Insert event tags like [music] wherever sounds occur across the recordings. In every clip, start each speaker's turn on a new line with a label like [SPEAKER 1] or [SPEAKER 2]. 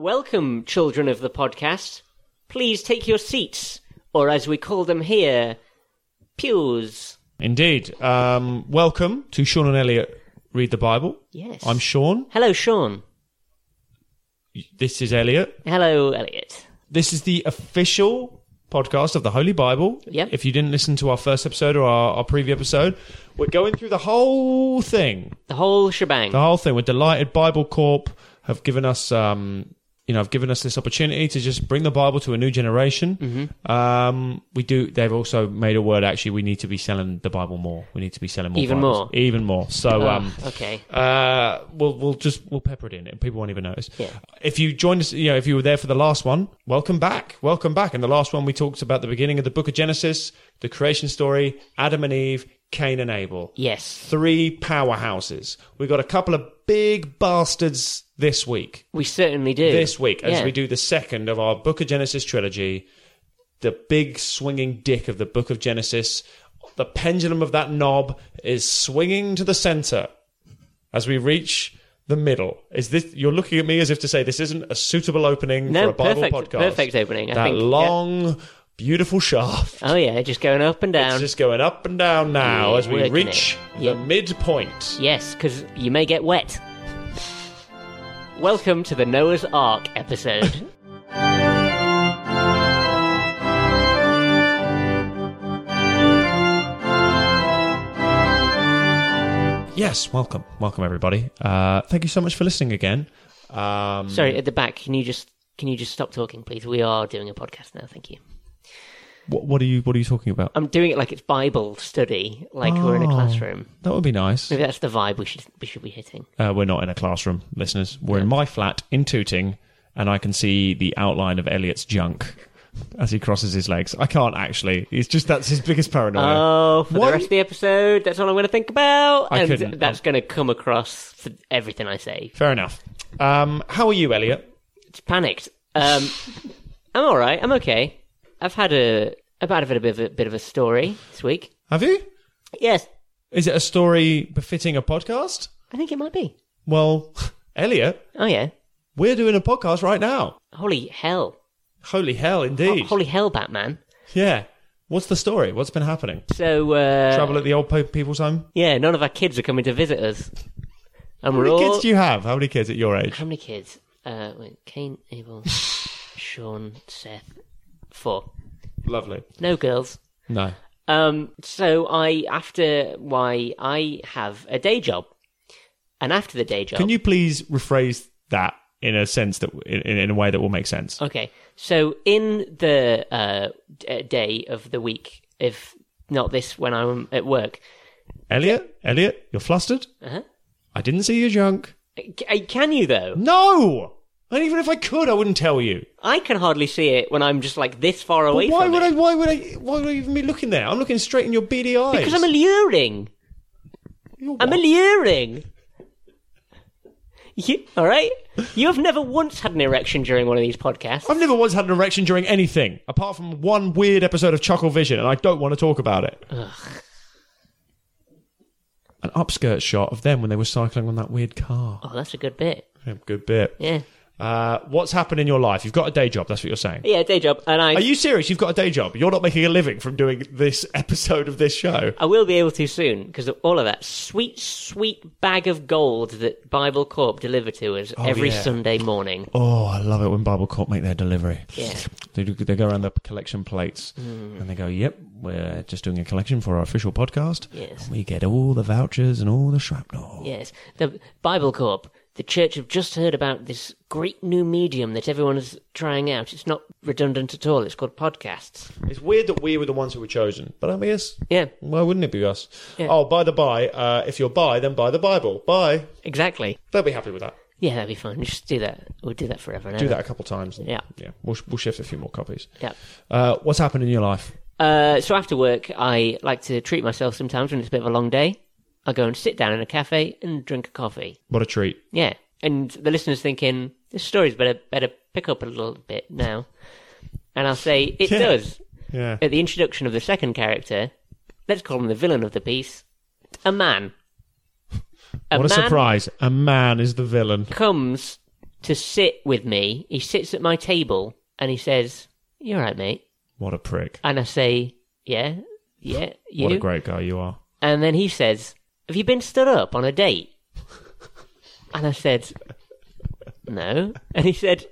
[SPEAKER 1] Welcome, children of the podcast. Please take your seats, or as we call them here, pews.
[SPEAKER 2] Indeed. Um, welcome to Sean and Elliot Read the Bible.
[SPEAKER 1] Yes.
[SPEAKER 2] I'm Sean.
[SPEAKER 1] Hello, Sean.
[SPEAKER 2] This is Elliot.
[SPEAKER 1] Hello, Elliot.
[SPEAKER 2] This is the official podcast of the Holy Bible.
[SPEAKER 1] Yep.
[SPEAKER 2] If you didn't listen to our first episode or our, our preview episode, we're going through the whole thing.
[SPEAKER 1] The whole shebang.
[SPEAKER 2] the whole thing. We're delighted. Bible Corp have given us, um, you know, have given us this opportunity to just bring the Bible to a new generation.
[SPEAKER 1] Mm-hmm.
[SPEAKER 2] Um, we do. They've also made a word. Actually, we need to be selling the Bible more. We need to be selling more,
[SPEAKER 1] Even
[SPEAKER 2] Bibles.
[SPEAKER 1] more.
[SPEAKER 2] even more. So,
[SPEAKER 1] Ah,
[SPEAKER 2] um,
[SPEAKER 1] okay.
[SPEAKER 2] uh, we'll we'll just we'll pepper it in, and people won't even notice.
[SPEAKER 1] Yeah.
[SPEAKER 2] If you joined us, you know, if you were there for the last one, welcome back, welcome back. And the last one we talked about the beginning of the Book of Genesis, the creation story, Adam and Eve, Cain and Abel
[SPEAKER 1] Yes.
[SPEAKER 2] three powerhouses. We've got a couple of big bastards this week.
[SPEAKER 1] We certainly do.
[SPEAKER 2] This week, as
[SPEAKER 1] Yeah.
[SPEAKER 2] we do the second of our Book of Genesis trilogy, the big swinging dick of the Book of Genesis, the pendulum of that knob is swinging to the center as we reach the middle. Is this? You're looking at me as if to say this isn't a suitable opening
[SPEAKER 1] No,
[SPEAKER 2] for a Bible
[SPEAKER 1] perfect-
[SPEAKER 2] podcast.
[SPEAKER 1] perfect opening, I
[SPEAKER 2] That
[SPEAKER 1] think, yeah.
[SPEAKER 2] long, beautiful shaft.
[SPEAKER 1] Oh, yeah, just going up and down.
[SPEAKER 2] It's just going up and down now
[SPEAKER 1] Yeah,
[SPEAKER 2] as we
[SPEAKER 1] Um, working
[SPEAKER 2] reach
[SPEAKER 1] it. Yeah.
[SPEAKER 2] the midpoint.
[SPEAKER 1] Yes, because you may get wet. Welcome to the Noah's Ark episode.
[SPEAKER 2] Yes, welcome, welcome everybody. Uh, thank you so much for listening again. [laughs] Um,
[SPEAKER 1] Sorry, at the back, can you just can you just stop talking, please? We are doing a podcast now. Thank you.
[SPEAKER 2] what, what are you What are you talking about?
[SPEAKER 1] I'm doing it like it's Bible study, like we're in a
[SPEAKER 2] Oh.
[SPEAKER 1] classroom.
[SPEAKER 2] That would be nice.
[SPEAKER 1] Maybe that's the vibe we should we should be hitting.
[SPEAKER 2] Uh, we're not in a classroom, listeners. We're in my flat in Tooting, and I can see the outline of Elliot's junk as he crosses his legs. I can't actually. It's just that's his biggest paranoia.
[SPEAKER 1] Oh, for
[SPEAKER 2] Why-
[SPEAKER 1] the rest of the episode, that's all I'm going to think about,
[SPEAKER 2] I
[SPEAKER 1] and
[SPEAKER 2] couldn't-
[SPEAKER 1] that's going to come across for everything I say.
[SPEAKER 2] Fair enough. Um, how are you, Elliot?
[SPEAKER 1] It's panicked. Um, [laughs] I'm all right. I'm okay. I've had a I've had a bit, a bit of a bit of a story this week.
[SPEAKER 2] Have you?
[SPEAKER 1] Yes,
[SPEAKER 2] Is it a story befitting a podcast?
[SPEAKER 1] I think it might be.
[SPEAKER 2] Well, [laughs] Elliot,
[SPEAKER 1] Oh yeah,
[SPEAKER 2] we're doing a podcast right now.
[SPEAKER 1] holy hell,
[SPEAKER 2] Holy hell,
[SPEAKER 1] Ho-
[SPEAKER 2] indeed.
[SPEAKER 1] holy hell, Batman.
[SPEAKER 2] Yeah. What's the story? What's been happening?
[SPEAKER 1] So uh,
[SPEAKER 2] Trouble at the old po- people's home?
[SPEAKER 1] yeah, none of our kids are coming to visit us, and we're
[SPEAKER 2] How
[SPEAKER 1] all
[SPEAKER 2] many kids do you have? How many kids at your age?
[SPEAKER 1] [laughs] how many kids? Uh, wait, Cain,
[SPEAKER 2] [laughs]
[SPEAKER 1] Abel, Sean, Seth, four.
[SPEAKER 2] Lovely.
[SPEAKER 1] No girls.
[SPEAKER 2] No.
[SPEAKER 1] Um, so I after why I have a day job, and after the day job,
[SPEAKER 2] Can you please rephrase that in a sense that in, in a way that will make sense?
[SPEAKER 1] okay. So in the uh, d- day of the week, if not this, when I'm at work,
[SPEAKER 2] Elliot, Elliot, you're flustered.
[SPEAKER 1] Uh-huh.
[SPEAKER 2] I didn't see your junk.
[SPEAKER 1] C- uh, can you though?
[SPEAKER 2] No. And even if I could, I wouldn't tell you.
[SPEAKER 1] I can hardly see it when I'm just like this far away.
[SPEAKER 2] But why
[SPEAKER 1] from
[SPEAKER 2] would
[SPEAKER 1] it.
[SPEAKER 2] I? Why would I? Why would I even be looking there? I'm looking straight in your beady eyes.
[SPEAKER 1] Because I'm alluring.
[SPEAKER 2] You're
[SPEAKER 1] I'm alluring. You, all right. You have never once had an erection during one of these podcasts.
[SPEAKER 2] I've never once had an erection during anything, apart from one weird episode of Chuckle Vision, and I don't want to talk about it. An upskirt shot of them when they were cycling on that weird car.
[SPEAKER 1] Oh, that's a good bit.
[SPEAKER 2] Yeah, Good bit.
[SPEAKER 1] Yeah.
[SPEAKER 2] Uh, what's happened in your life? You've got a day job, that's what you're saying.
[SPEAKER 1] Yeah, day job, and I
[SPEAKER 2] Are you serious? You've got a day job. You're not making a living from doing this [laughs] episode of this show.
[SPEAKER 1] I will be able to soon because of all of that sweet, sweet bag of gold that Bible Corp deliver to us every
[SPEAKER 2] Oh, yeah.
[SPEAKER 1] Sunday morning.
[SPEAKER 2] Oh, I love it when Bible Corp make their delivery.
[SPEAKER 1] Yeah. Mm.
[SPEAKER 2] They, do, they go around the collection plates and they go, yep, we're just doing a collection for our official podcast.
[SPEAKER 1] Yes.
[SPEAKER 2] And we get all the vouchers and all the shrapnel.
[SPEAKER 1] Yes, the Bible Corp, the church have just heard about this great new medium that everyone is trying out. It's not redundant at all. It's called podcasts.
[SPEAKER 2] It's weird that we were the ones who were chosen, but I mean, yes.
[SPEAKER 1] Yeah,
[SPEAKER 2] Why wouldn't it be us?
[SPEAKER 1] Yeah.
[SPEAKER 2] Oh, by the by, uh, if you're bi, then buy the Bible. Buy.
[SPEAKER 1] exactly.
[SPEAKER 2] They'll be happy with that.
[SPEAKER 1] Yeah, that'd be fun. Just do that. We'll do that forever and
[SPEAKER 2] Do
[SPEAKER 1] ever.
[SPEAKER 2] that a couple times. and-
[SPEAKER 1] Yeah.
[SPEAKER 2] Yeah. We'll, we'll shift a few more copies.
[SPEAKER 1] Yeah.
[SPEAKER 2] Uh, what's happened in your life?
[SPEAKER 1] Uh, so after work, I like to treat myself sometimes when it's a bit of a long day. I go and sit down in a cafe and drink a coffee.
[SPEAKER 2] What a treat.
[SPEAKER 1] Yeah, and the listener's thinking this story's better better pick up a little bit now, and I'll say it
[SPEAKER 2] Yeah.
[SPEAKER 1] does
[SPEAKER 2] Yeah.
[SPEAKER 1] at the introduction of the second character. Let's call him the villain of the piece, a man.
[SPEAKER 2] what a
[SPEAKER 1] man
[SPEAKER 2] surprise. A man is the villain.
[SPEAKER 1] comes to sit with me. He sits at my table and he says, "You're right, mate."
[SPEAKER 2] What a prick.
[SPEAKER 1] And I say, "Yeah, yeah, you."
[SPEAKER 2] What a great guy you are.
[SPEAKER 1] And then he says, Have you been stood up on a date? And I said, No. And he said,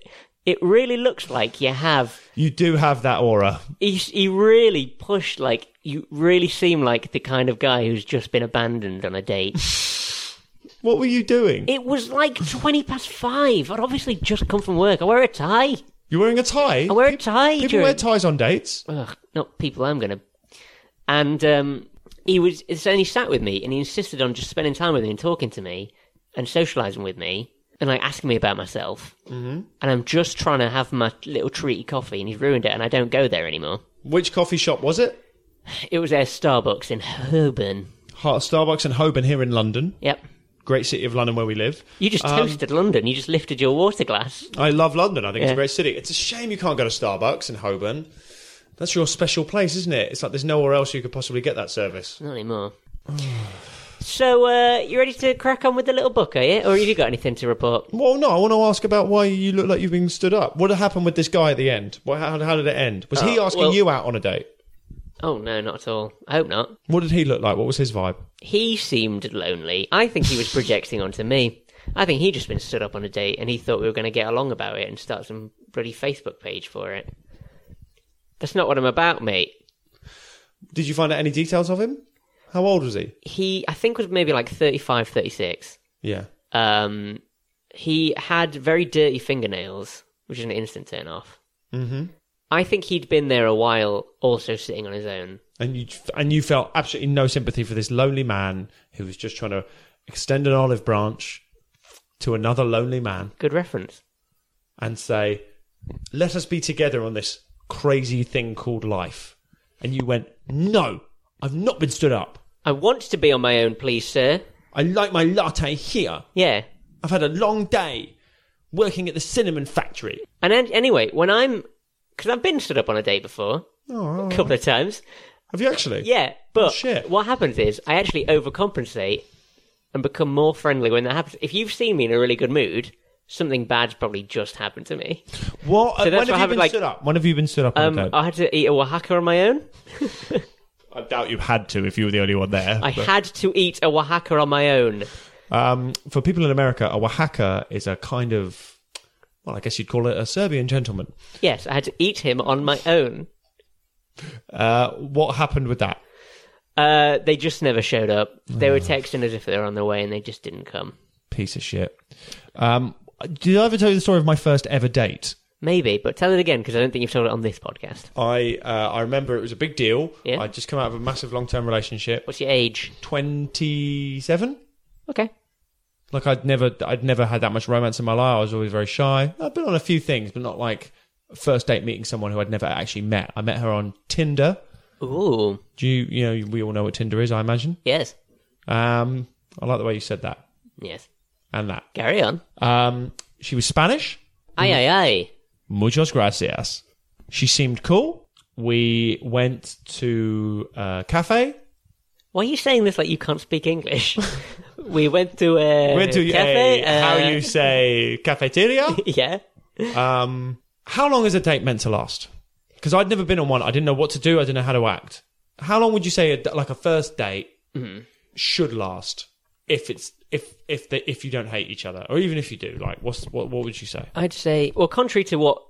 [SPEAKER 1] It really looks like you have.
[SPEAKER 2] You do have that aura.
[SPEAKER 1] He, he really pushed, like, you really seem like the kind of guy who's just been abandoned on a date.
[SPEAKER 2] What were you doing?
[SPEAKER 1] it was like 20 past five. I'd obviously just come from work. I wear a tie.
[SPEAKER 2] You're wearing a tie?
[SPEAKER 1] I wear a tie.
[SPEAKER 2] People
[SPEAKER 1] during-
[SPEAKER 2] wear ties on dates.
[SPEAKER 1] ugh, not people I'm gonna. And um, he was, so then he sat with me and he insisted on just spending time with me and talking to me and socializing with me and like asking me about myself. Mm-hmm. And I'm just trying to have my little treaty coffee and he's ruined it and I don't go there anymore.
[SPEAKER 2] Which coffee shop was it?
[SPEAKER 1] It was at Starbucks in Herburn.
[SPEAKER 2] Heart Starbucks and Holborn here in London.
[SPEAKER 1] Yep.
[SPEAKER 2] Great city of London where we live.
[SPEAKER 1] You just
[SPEAKER 2] Um,
[SPEAKER 1] toasted London. You just lifted your water glass.
[SPEAKER 2] I love London. I think it's a
[SPEAKER 1] Yeah.
[SPEAKER 2] great city. It's a shame you can't go to Starbucks in Holborn. That's your special place, isn't it? It's like there's nowhere else you could possibly get that service.
[SPEAKER 1] Not anymore. so, uh, you ready to crack on with the little book, are you? Or have you got anything to report?
[SPEAKER 2] Well, no, I want to ask about why you look like you've been stood up. What happened with this guy at the end? What, how, how did it end? Was he
[SPEAKER 1] Oh,
[SPEAKER 2] asking
[SPEAKER 1] well-
[SPEAKER 2] you out on a date?
[SPEAKER 1] Oh, no, not at all. I hope not.
[SPEAKER 2] What did he look like? What was his vibe?
[SPEAKER 1] He seemed lonely. I think he was projecting onto me. I think he just been stood up on a date and he thought we were going to get along about it and start some bloody Facebook page for it. That's not what I'm about, mate.
[SPEAKER 2] Did you find out any details of him? How old was he?
[SPEAKER 1] He, I think, was maybe like 35, 36.
[SPEAKER 2] Yeah.
[SPEAKER 1] Um, he had very dirty fingernails, which is an instant turn off.
[SPEAKER 2] Mhm.
[SPEAKER 1] I think he'd been there a while, also sitting on his own.
[SPEAKER 2] And you and you felt absolutely no sympathy for this lonely man who was just trying to extend an olive branch to another lonely man
[SPEAKER 1] Good reference.
[SPEAKER 2] and say, "Let us be together on this crazy thing called life." And you went, "No, I've not been stood up.
[SPEAKER 1] I want to be on my own, please, sir.
[SPEAKER 2] I like my latte here.
[SPEAKER 1] Yeah,
[SPEAKER 2] I've had a long day working at the cinnamon factory."
[SPEAKER 1] And then, anyway, when I'm, because I've been stood up on a date before
[SPEAKER 2] Oh,
[SPEAKER 1] a couple of times.
[SPEAKER 2] have you actually?
[SPEAKER 1] Yeah, but
[SPEAKER 2] shit.
[SPEAKER 1] what happens is I actually overcompensate and become more friendly when that happens. If you've seen me in a really good mood, something bad's probably just happened to me.
[SPEAKER 2] What?
[SPEAKER 1] that's
[SPEAKER 2] uh, when
[SPEAKER 1] what
[SPEAKER 2] have you
[SPEAKER 1] happened,
[SPEAKER 2] been
[SPEAKER 1] like-
[SPEAKER 2] stood up? When have you been stood up? on
[SPEAKER 1] Um,
[SPEAKER 2] a date?
[SPEAKER 1] I had to eat a Oaxaca on my own.
[SPEAKER 2] I doubt you had to if you were the only one there.
[SPEAKER 1] I had to eat a Oaxaca on my own.
[SPEAKER 2] Um, for people in America, a Oaxaca is a kind of, well, I guess you'd call it a Serbian gentleman.
[SPEAKER 1] Yes, I had to eat him on my own.
[SPEAKER 2] Uh, what happened with that?
[SPEAKER 1] Uh, they just never showed up. They were texting as if they were on their way, and they just didn't come.
[SPEAKER 2] Piece of shit. Um, did I ever tell you the story of my first ever date?
[SPEAKER 1] Maybe, but tell it again because I don't think you've told it on this podcast.
[SPEAKER 2] I uh, I remember it was a big deal.
[SPEAKER 1] Yeah.
[SPEAKER 2] I'd just come out of a massive long term relationship.
[SPEAKER 1] What's your age?
[SPEAKER 2] Twenty seven.
[SPEAKER 1] Okay.
[SPEAKER 2] Like I'd never I'd never had that much romance in my life. I was always very shy. I'd been on a few things, but not like first date meeting someone who I'd never actually met. I met her on Tinder.
[SPEAKER 1] Ooh,
[SPEAKER 2] Do you you know we all know what Tinder is? I imagine.
[SPEAKER 1] yes,
[SPEAKER 2] Um, I like the way you said that
[SPEAKER 1] yes.
[SPEAKER 2] and that.
[SPEAKER 1] Carry on.
[SPEAKER 2] Um, she was Spanish.
[SPEAKER 1] Aye, aye, aye.
[SPEAKER 2] Muchas gracias. She seemed cool. We went to a cafe.
[SPEAKER 1] Why are you saying this like you can't speak English? [laughs] we went to a
[SPEAKER 2] We went to
[SPEAKER 1] cafe.
[SPEAKER 2] a,
[SPEAKER 1] uh,
[SPEAKER 2] how you say cafeteria.
[SPEAKER 1] Yeah.
[SPEAKER 2] um, how long is a date meant to last? Because I'd never been on one. I didn't know what to do. I didn't know how to act. How long would you say a, like a first date should last? If it's if if the, if you don't hate each other, or even if you do, like what's what what would you say?
[SPEAKER 1] I'd say, well, contrary to what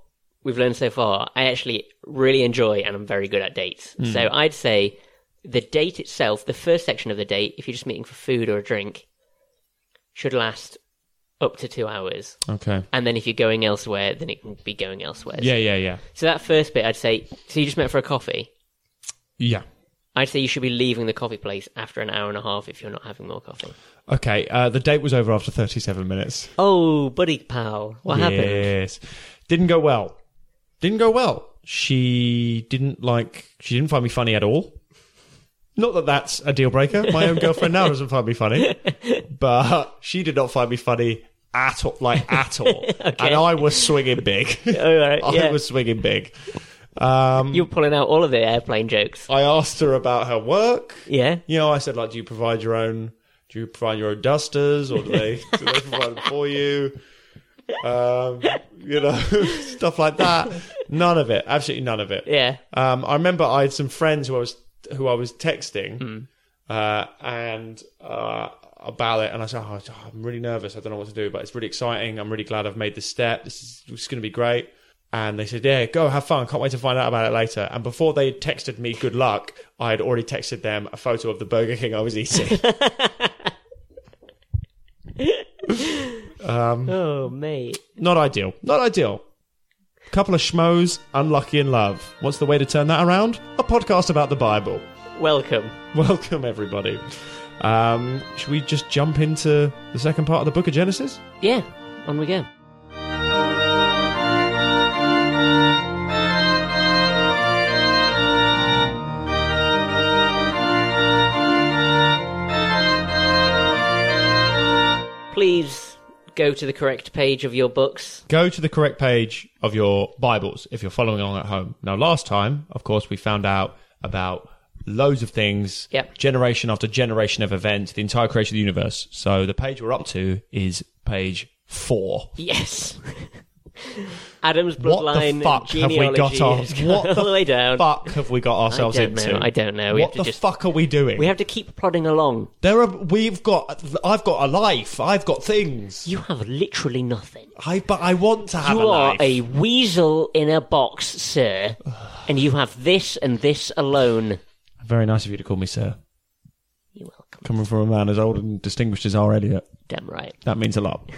[SPEAKER 1] we've learned so far, I actually really enjoy and I'm very good at dates.
[SPEAKER 2] Hmm.
[SPEAKER 1] So I'd say the date itself, the first section of the date, if you're just meeting for food or a drink, should last up to two hours.
[SPEAKER 2] Okay.
[SPEAKER 1] And then if you're going elsewhere, then it can be going elsewhere.
[SPEAKER 2] Yeah, yeah, yeah,
[SPEAKER 1] So that first bit, I'd say, so you just met for a coffee.
[SPEAKER 2] yeah.
[SPEAKER 1] I'd say you should be leaving the coffee place after an hour and a half if you're not having more coffee.
[SPEAKER 2] Okay, uh, the date was over after 37 minutes.
[SPEAKER 1] Oh, buddy pal, what happened?
[SPEAKER 2] Yes. Didn't go well. Didn't go well. She didn't like, she didn't find me funny at all. Not that that's a deal breaker. My own girlfriend now doesn't find
[SPEAKER 1] [laughs]
[SPEAKER 2] me funny, but she did not find me funny at all, like at
[SPEAKER 1] [laughs]
[SPEAKER 2] all. And I was swinging big. [laughs]
[SPEAKER 1] Oh, all right, yeah.
[SPEAKER 2] I was swinging big. Um,
[SPEAKER 1] You're pulling out all of the airplane jokes.
[SPEAKER 2] I asked her about her work.
[SPEAKER 1] Yeah.
[SPEAKER 2] You know, I said like, do you provide your own? Do you provide your own dusters, or do they do they provide them for you? um, you know, [laughs] stuff like that. None of it, absolutely none of it.
[SPEAKER 1] Yeah.
[SPEAKER 2] Um, I remember I had some friends who I was who I was texting uh, and uh, about it, and I said, oh, "I'm really nervous. I don't know what to do, but it's really exciting. I'm really glad I've made this step. This is, this is going to be great." And they said, "Yeah, go have fun. Can't wait to find out about it later." And before they texted me good luck, I had already texted them a photo of the Burger King I was eating.
[SPEAKER 1] Oh, mate.
[SPEAKER 2] Not ideal. Not ideal. Couple of schmoes, unlucky in love. What's the way to turn that around? A podcast about the Bible.
[SPEAKER 1] Welcome.
[SPEAKER 2] [laughs] Welcome, everybody. Um, should we just jump into the second part of the book of Genesis?
[SPEAKER 1] Yeah, on we go. Please go to the correct page of your books.
[SPEAKER 2] Go to the correct page of your Bibles if you're following along at home. Now, last time, of course, we found out about loads of things,
[SPEAKER 1] Yep.
[SPEAKER 2] generation after generation of events, the entire creation of the universe. So the page we're up to is page four.
[SPEAKER 1] Yes. [laughs] Adam's
[SPEAKER 2] What
[SPEAKER 1] bloodline
[SPEAKER 2] the fuck
[SPEAKER 1] and
[SPEAKER 2] have we got
[SPEAKER 1] genealogy
[SPEAKER 2] on?
[SPEAKER 1] has gone [laughs]
[SPEAKER 2] What
[SPEAKER 1] all the way down.
[SPEAKER 2] fuck have we got ourselves
[SPEAKER 1] I don't
[SPEAKER 2] into?
[SPEAKER 1] know, I don't know. We
[SPEAKER 2] What
[SPEAKER 1] have to
[SPEAKER 2] the
[SPEAKER 1] just-
[SPEAKER 2] fuck are we doing?
[SPEAKER 1] We have to keep plodding along.
[SPEAKER 2] There are. We've got. I've got a life. I've got things.
[SPEAKER 1] You have literally nothing.
[SPEAKER 2] I. But I want to have
[SPEAKER 1] You
[SPEAKER 2] a
[SPEAKER 1] are
[SPEAKER 2] life.
[SPEAKER 1] a weasel in a box, sir, and you have this and this alone.
[SPEAKER 2] Very nice of you to call me sir.
[SPEAKER 1] You're welcome.
[SPEAKER 2] Coming from a man as old and distinguished as R. Elliot,
[SPEAKER 1] Damn right.
[SPEAKER 2] that means
[SPEAKER 1] [laughs]
[SPEAKER 2] a lot.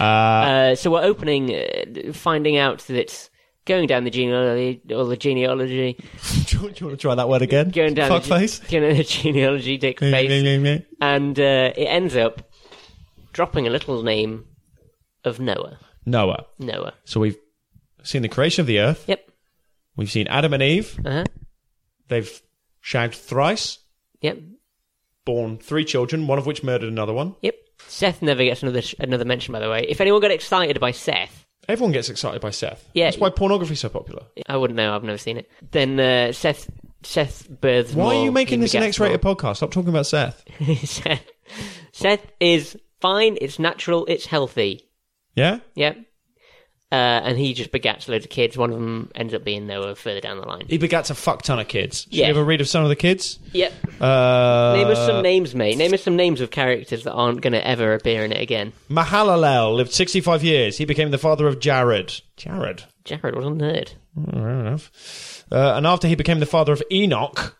[SPEAKER 1] Uh, so we're opening, uh, finding out that going down the genealogy, or the genealogy,
[SPEAKER 2] do, you, want to try that word again?
[SPEAKER 1] going down the, [laughs]
[SPEAKER 2] Fuckface.
[SPEAKER 1] ge- going down the genealogy, dick face,
[SPEAKER 2] Noah.
[SPEAKER 1] and uh, it ends up dropping a little name of Noah. Noah.
[SPEAKER 2] So we've seen the creation of the earth.
[SPEAKER 1] Yep.
[SPEAKER 2] We've seen Adam and Eve.
[SPEAKER 1] Uh huh.
[SPEAKER 2] They've shagged thrice,
[SPEAKER 1] Yep.
[SPEAKER 2] born three children, one of which murdered another one.
[SPEAKER 1] Yep. Seth never gets another sh- another mention, by the way. If anyone got excited by Seth,
[SPEAKER 2] Everyone gets excited by Seth.
[SPEAKER 1] Yeah.
[SPEAKER 2] That's why pornography's so popular.
[SPEAKER 1] I wouldn't know. I've never seen it. Then uh, Seth Seth births.
[SPEAKER 2] Why
[SPEAKER 1] more,
[SPEAKER 2] are you making
[SPEAKER 1] he
[SPEAKER 2] this an
[SPEAKER 1] begets [laughs]
[SPEAKER 2] X-rated podcast? Stop talking about Seth.
[SPEAKER 1] more. Seth, Seth is fine. It's natural. It's healthy.
[SPEAKER 2] Yeah.
[SPEAKER 1] Yep. Uh, and he just begats loads of kids. One of them ends up being Noah further down the line.
[SPEAKER 2] He begats a fuck ton of kids. Should
[SPEAKER 1] Yeah.
[SPEAKER 2] we have a read of some of the kids?
[SPEAKER 1] Yep.
[SPEAKER 2] Uh,
[SPEAKER 1] Name us some names, mate. Name us some names of characters that aren't going to ever appear in it again.
[SPEAKER 2] Mahalalel lived 65 years. He became the father of Jared. Jared?
[SPEAKER 1] Jared was a nerd.
[SPEAKER 2] Oh, fair enough. Uh, and after he became the father of Enoch,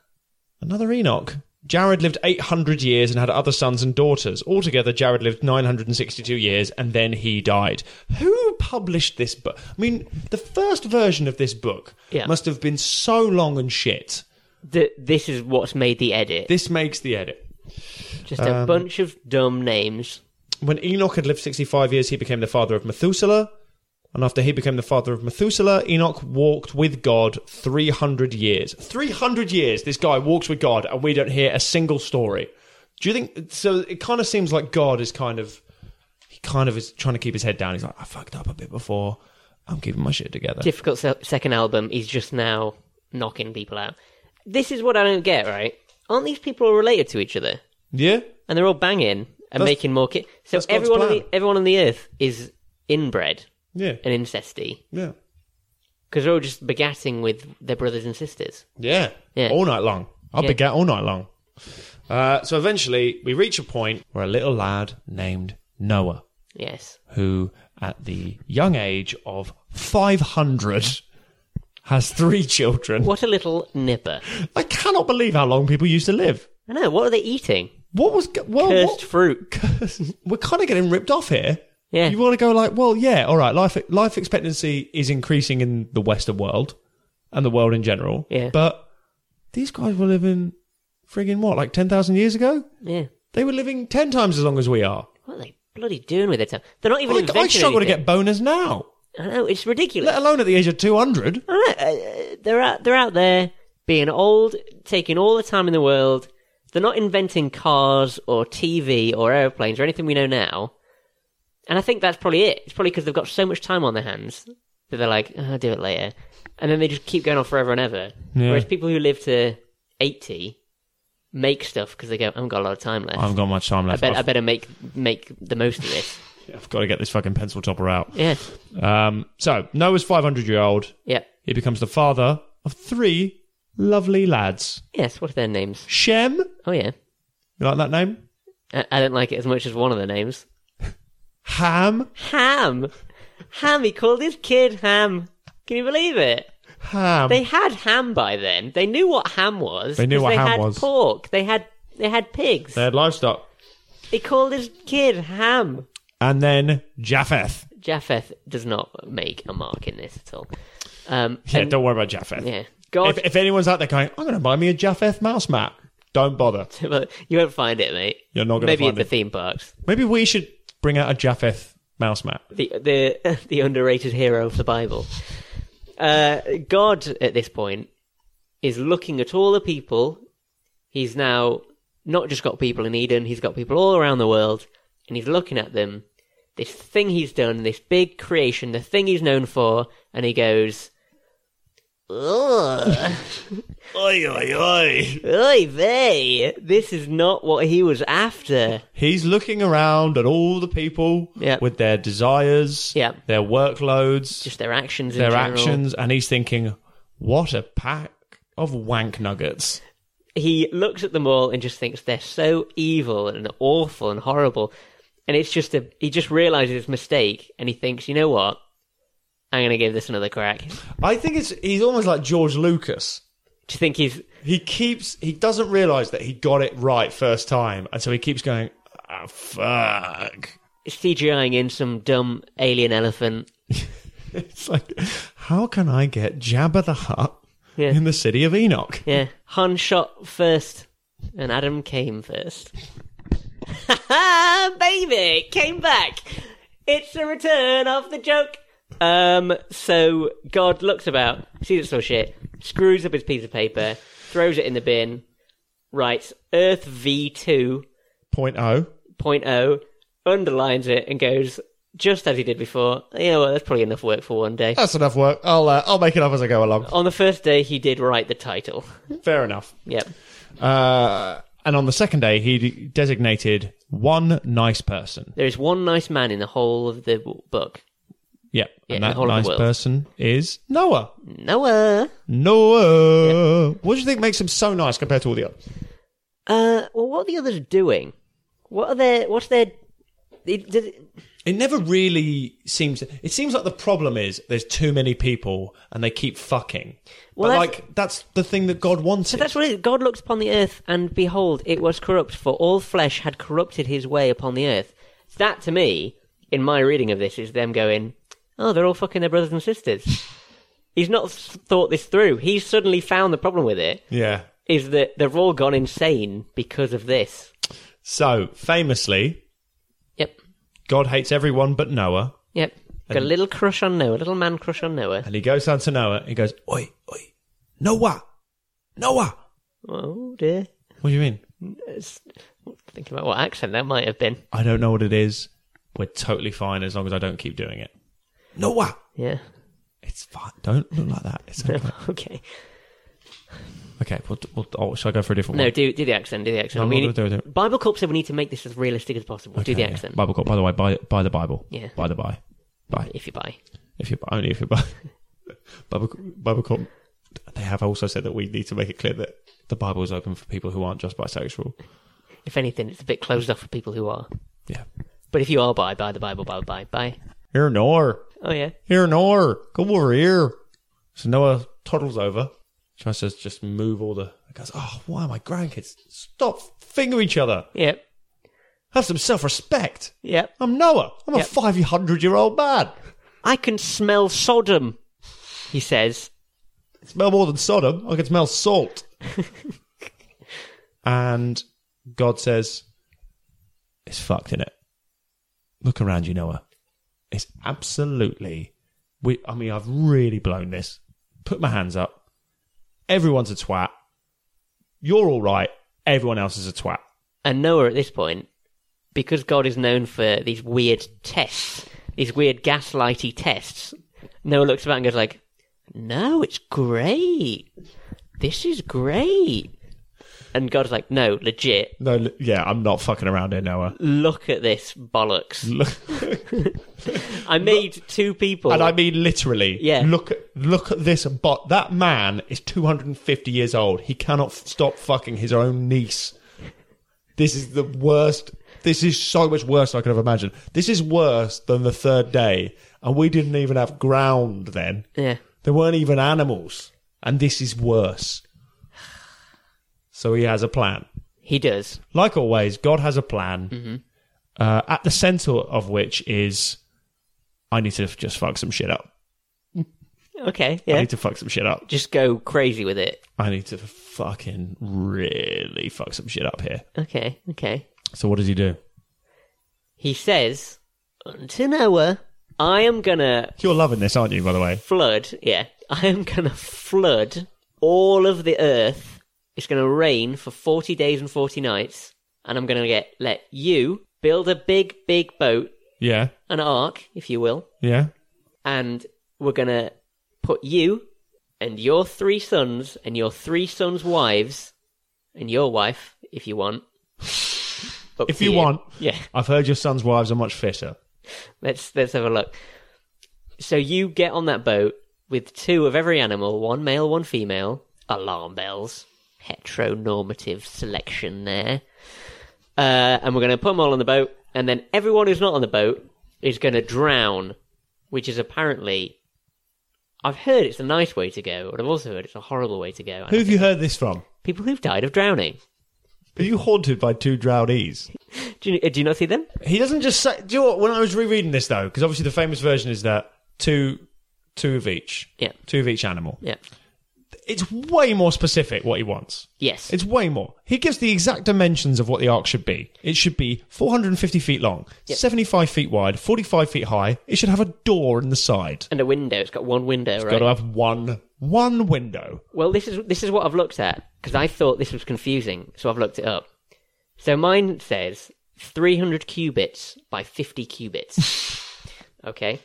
[SPEAKER 2] another Enoch, Jared lived 800 years and had other sons and daughters. Altogether, Jared lived 962 years and then he died. Who published this book? I mean, the first version of this book
[SPEAKER 1] Yeah.
[SPEAKER 2] must have been so long and shit.
[SPEAKER 1] Th- this is what's made the edit.
[SPEAKER 2] This makes the edit.
[SPEAKER 1] Just a
[SPEAKER 2] Um,
[SPEAKER 1] bunch of dumb names.
[SPEAKER 2] When Enoch had lived 65 years, he became the father of Methuselah. And after he became the father of Methuselah, Enoch walked with God 300 years. 300 years this guy walks with God, and we don't hear a single story. Do you think so? It kind of seems like God is kind of. He kind of is trying to keep his head down. He's like, I fucked up a bit before. I'm keeping my shit together.
[SPEAKER 1] difficult se- second album is just now knocking people out. This is what I don't get, right? Aren't these people all related to each other?
[SPEAKER 2] Yeah?
[SPEAKER 1] And they're all banging and making more kids. So
[SPEAKER 2] that's God's
[SPEAKER 1] everyone on, the,
[SPEAKER 2] plan.
[SPEAKER 1] everyone on the earth is inbred
[SPEAKER 2] Yeah.
[SPEAKER 1] and incesty
[SPEAKER 2] Yeah.
[SPEAKER 1] because they're all just begatting with their brothers and sisters.
[SPEAKER 2] Yeah.
[SPEAKER 1] Yeah.
[SPEAKER 2] All night long. I'll
[SPEAKER 1] Yeah.
[SPEAKER 2] begat all night long. Uh, so eventually, we reach a point where a little lad named Noah.
[SPEAKER 1] Yes.
[SPEAKER 2] who, at the young age of 500, has three children.
[SPEAKER 1] What a little nipper.
[SPEAKER 2] I cannot believe how long people used to live.
[SPEAKER 1] I know. What are they eating?
[SPEAKER 2] What was go- well?
[SPEAKER 1] Cursed
[SPEAKER 2] What,
[SPEAKER 1] fruit.
[SPEAKER 2] we're kind of getting ripped off here.
[SPEAKER 1] Yeah.
[SPEAKER 2] You want to go like, well, yeah, all right. Life life expectancy is increasing in the Western world and the world in general.
[SPEAKER 1] Yeah.
[SPEAKER 2] But these guys were living friggin' what, like ten thousand years ago?
[SPEAKER 1] yeah.
[SPEAKER 2] They were living ten times as long as we are.
[SPEAKER 1] What are they bloody doing with their time? They're not even
[SPEAKER 2] I,
[SPEAKER 1] inventing
[SPEAKER 2] I struggle to
[SPEAKER 1] anything.
[SPEAKER 2] get boners now,
[SPEAKER 1] I know. It's ridiculous.
[SPEAKER 2] let alone at the age of two hundred.
[SPEAKER 1] All right, uh, uh, they're out, they're out there being old, taking all the time in the world. They're not inventing cars or TV or airplanes or anything we know now. And I think that's probably it. It's probably because they've got so much time on their hands that they're like, oh, I'll do it later. And then they just keep going on forever and ever.
[SPEAKER 2] Yeah.
[SPEAKER 1] Whereas people who live to 80 make stuff because they go, I haven't got a lot of time left.
[SPEAKER 2] I haven't got much time
[SPEAKER 1] I,
[SPEAKER 2] left.
[SPEAKER 1] bet, I better make make the most of this.
[SPEAKER 2] I've got to get this fucking pencil topper out.
[SPEAKER 1] Yeah.
[SPEAKER 2] Um, so Noah's 500 year old.
[SPEAKER 1] Yeah.
[SPEAKER 2] He becomes the father of three lovely lads.
[SPEAKER 1] Yes. What are their names?
[SPEAKER 2] Shem. You
[SPEAKER 1] Oh yeah.
[SPEAKER 2] like that name?
[SPEAKER 1] I, I don't like it as much as one of the names.
[SPEAKER 2] Ham.
[SPEAKER 1] Ham. Ham. He called his kid Ham. Can you believe it?
[SPEAKER 2] Ham.
[SPEAKER 1] They had ham by then. They knew what ham was.
[SPEAKER 2] They knew
[SPEAKER 1] 'cause
[SPEAKER 2] what
[SPEAKER 1] they
[SPEAKER 2] ham
[SPEAKER 1] had
[SPEAKER 2] was.
[SPEAKER 1] Pork. They had they had pigs.
[SPEAKER 2] They had livestock.
[SPEAKER 1] He called his kid Ham.
[SPEAKER 2] And then Japheth.
[SPEAKER 1] Japheth does not make a mark in this at all. Um,
[SPEAKER 2] Yeah,
[SPEAKER 1] and-
[SPEAKER 2] don't worry about Japheth.
[SPEAKER 1] yeah.
[SPEAKER 2] If,
[SPEAKER 1] God,
[SPEAKER 2] if anyone's out there going, I'm going to buy me a Japheth mouse mat, don't bother.
[SPEAKER 1] [laughs] well, you won't find it, mate.
[SPEAKER 2] You're not going to
[SPEAKER 1] Maybe at
[SPEAKER 2] find
[SPEAKER 1] the
[SPEAKER 2] it.
[SPEAKER 1] theme parks.
[SPEAKER 2] Maybe we should bring out a Japheth mouse mat.
[SPEAKER 1] The the [laughs] the underrated hero of the Bible. Uh, God at this point is looking at all the people. He's now not just got people in Eden. He's got people all around the world, and he's looking at them. This thing he's done, this big creation, the thing he's known for, and he goes, "Ugh."
[SPEAKER 2] [laughs] Oi, oi, oi.
[SPEAKER 1] Oy vey! This is not what he was after.
[SPEAKER 2] He's looking around at all the people
[SPEAKER 1] Yeah.
[SPEAKER 2] with their desires,
[SPEAKER 1] Yeah.
[SPEAKER 2] their workloads,
[SPEAKER 1] Just their actions. In
[SPEAKER 2] their
[SPEAKER 1] general.
[SPEAKER 2] actions, and he's thinking, what a pack of wank nuggets.
[SPEAKER 1] He looks at them all and just thinks they're so evil and awful and horrible. And it's just a. He just realizes his mistake and he thinks, you know what? I'm gonna give this another crack. Do
[SPEAKER 2] I think it's he's almost like George Lucas.
[SPEAKER 1] you think he's?
[SPEAKER 2] He keeps he doesn't realize that he got it right first time, and so he keeps going, ah, fuck. [laughs]
[SPEAKER 1] CGIing in some dumb alien elephant.
[SPEAKER 2] It's like, how can I get Jabba the Hutt
[SPEAKER 1] Yeah.
[SPEAKER 2] in the city of Enoch?
[SPEAKER 1] Yeah, Han shot first, and Adam came first. [laughs] Baby, it came back. It's the return of the joke. Um, so God looks about, sees it's all shit, screws up his piece of paper, throws it in the bin, writes Earth V2.0,
[SPEAKER 2] Point oh. O.
[SPEAKER 1] oh, underlines it, and goes just as he did before. You know what? That's probably enough work for one day.
[SPEAKER 2] That's enough work. I'll uh, I'll make it up as I go along.
[SPEAKER 1] On the first day, he did write the title.
[SPEAKER 2] Fair enough.
[SPEAKER 1] Yep.
[SPEAKER 2] Uh, and on the second day, he d- designated one nice person.
[SPEAKER 1] There is one nice man in the whole of the w- book.
[SPEAKER 2] Yep.
[SPEAKER 1] Yeah,
[SPEAKER 2] and
[SPEAKER 1] the
[SPEAKER 2] that
[SPEAKER 1] whole of the
[SPEAKER 2] nice
[SPEAKER 1] world.
[SPEAKER 2] person is Noah.
[SPEAKER 1] Noah.
[SPEAKER 2] Noah. What do you think makes him so nice compared to all the others?
[SPEAKER 1] Uh, well, what are the others doing? What are their? What's their? It, did it-
[SPEAKER 2] It never really seems. It seems like the problem is there's too many people and they keep fucking.
[SPEAKER 1] Well,
[SPEAKER 2] but
[SPEAKER 1] that's-
[SPEAKER 2] like that's the thing that God wanted.
[SPEAKER 1] that's what it is. God looked upon the earth, and behold, it was corrupt, for all flesh had corrupted his way upon the earth. That to me, in my reading of this, is them going, "Oh, they're all fucking their brothers and sisters." He's not s- thought this through. He's suddenly found the problem with it
[SPEAKER 2] yeah.
[SPEAKER 1] is that they've all gone insane because of this.
[SPEAKER 2] So famously,
[SPEAKER 1] Yep,
[SPEAKER 2] God hates everyone but Noah,
[SPEAKER 1] yep. Got a little crush on Noah, a little man crush on Noah.
[SPEAKER 2] and he goes down to Noah. And he goes, "Oi, oi, Noah, Noah."
[SPEAKER 1] Oh dear.
[SPEAKER 2] What do you mean?
[SPEAKER 1] It's, thinking about what accent that might have been.
[SPEAKER 2] I don't know what it is. We're totally fine as long as I don't keep doing it. Noah,
[SPEAKER 1] Yeah. [laughs]
[SPEAKER 2] it's fine. Don't look like that. It's okay.
[SPEAKER 1] okay.
[SPEAKER 2] okay, we'll, we'll, oh, shall I go for a different
[SPEAKER 1] No,
[SPEAKER 2] one?
[SPEAKER 1] do do the accent. Do the accent.
[SPEAKER 2] No,
[SPEAKER 1] I mean,
[SPEAKER 2] we'll do it, do it.
[SPEAKER 1] Bible Corp said we need to make this as realistic as possible. do the
[SPEAKER 2] Yeah, yeah.
[SPEAKER 1] accent
[SPEAKER 2] Bible call. By the way, buy, buy the Bible.
[SPEAKER 1] Yeah.
[SPEAKER 2] Buy the buy. Buy.
[SPEAKER 1] if you buy.
[SPEAKER 2] If you only if you buy [laughs] Bible Bible call. They have also said that we need to make it clear that the Bible is open for people who aren't just bisexual.
[SPEAKER 1] If anything, it's a bit closed off for people who are.
[SPEAKER 2] Yeah.
[SPEAKER 1] But if you are buy, buy the Bible, buy, buy, buy.
[SPEAKER 2] Here nor.
[SPEAKER 1] Oh yeah.
[SPEAKER 2] Here nor. Come over here. So Noah toddles over. Tries to just move all the goes, Oh, why are my grandkids stop finger each other?
[SPEAKER 1] Yep.
[SPEAKER 2] Have some self respect.
[SPEAKER 1] Yep.
[SPEAKER 2] I'm Noah. I'm
[SPEAKER 1] Yep.
[SPEAKER 2] a five hundred year old man.
[SPEAKER 1] I can smell Sodom. He says.
[SPEAKER 2] smell more than Sodom. I can smell salt. and God says, It's fucked, in it? Look around you, Noah. It's absolutely. We, I mean, I've really blown this. Put my hands up. Everyone's a twat. You're all right. Everyone else is a twat.
[SPEAKER 1] And Noah at this point, because God is known for these weird tests, these weird gaslighty tests, Noah looks about and goes like, No, it's great. This is great. And God's like, no, legit.
[SPEAKER 2] No, l- yeah, I'm not fucking around here, Noah.
[SPEAKER 1] Look at this bollocks.
[SPEAKER 2] Look,
[SPEAKER 1] I made two people.
[SPEAKER 2] and I mean literally.
[SPEAKER 1] Yeah.
[SPEAKER 2] Look, look at this. But that man is 250 years old. He cannot f- stop fucking his own niece. This is the worst. This is so much worse than I could have imagined. This is worse than the third day, and we didn't even have ground then.
[SPEAKER 1] yeah.
[SPEAKER 2] There weren't even animals, and this is worse. So he has a plan.
[SPEAKER 1] He does.
[SPEAKER 2] Like always, God has a plan,
[SPEAKER 1] Mm-hmm.
[SPEAKER 2] uh, at the center of which is I need to just fuck some shit up.
[SPEAKER 1] Okay.
[SPEAKER 2] I
[SPEAKER 1] Yeah.
[SPEAKER 2] need to fuck some shit up.
[SPEAKER 1] Just go crazy with it.
[SPEAKER 2] I need to fucking really fuck some shit up here.
[SPEAKER 1] Okay. Okay.
[SPEAKER 2] So what does he do?
[SPEAKER 1] He says, to Noah, I am gonna
[SPEAKER 2] You're loving this, aren't you, by the way?
[SPEAKER 1] flood. Yeah, [laughs] I am going to flood all of the earth. It's going to rain for 40 days and 40 nights. And I'm going to get let you build a big, big boat,
[SPEAKER 2] Yeah.
[SPEAKER 1] an ark, if you will.
[SPEAKER 2] Yeah.
[SPEAKER 1] And we're going to put you and your three sons and your three sons' wives and your wife, if you want. Up
[SPEAKER 2] If
[SPEAKER 1] to
[SPEAKER 2] you want.
[SPEAKER 1] [laughs] Yeah.
[SPEAKER 2] I've heard your son's wives are much fitter.
[SPEAKER 1] Let's let's have a look. So you get on that boat with two of every animal, one male, one female. Alarm bells. Heteronormative selection there. Uh, and we're going to put them all on the boat, and then everyone who's not on the boat is going to drown, which is apparently. I've heard it's a nice way to go, and I've also heard it's a horrible way to go.
[SPEAKER 2] Who have you heard this from?
[SPEAKER 1] People who've died of drowning.
[SPEAKER 2] Are you haunted by two drownees?
[SPEAKER 1] Do you, uh, do you not see them?
[SPEAKER 2] He doesn't just say. Do you know what? When I was rereading this though, because obviously the famous version is that two, two of each,
[SPEAKER 1] Yeah.
[SPEAKER 2] two of each animal.
[SPEAKER 1] Yeah.
[SPEAKER 2] It's way more specific what he wants.
[SPEAKER 1] Yes.
[SPEAKER 2] It's way more. He gives the exact dimensions of what the ark should be. It should be 450 feet long, 75 feet wide, 45 feet high. It should have a door in the side.
[SPEAKER 1] and a window. It's got one window, right?
[SPEAKER 2] Got to have one one window.
[SPEAKER 1] Well, this is this is what I've looked at because I thought this was confusing, so I've looked it up. So mine says 300 cubits by 50 cubits. okay.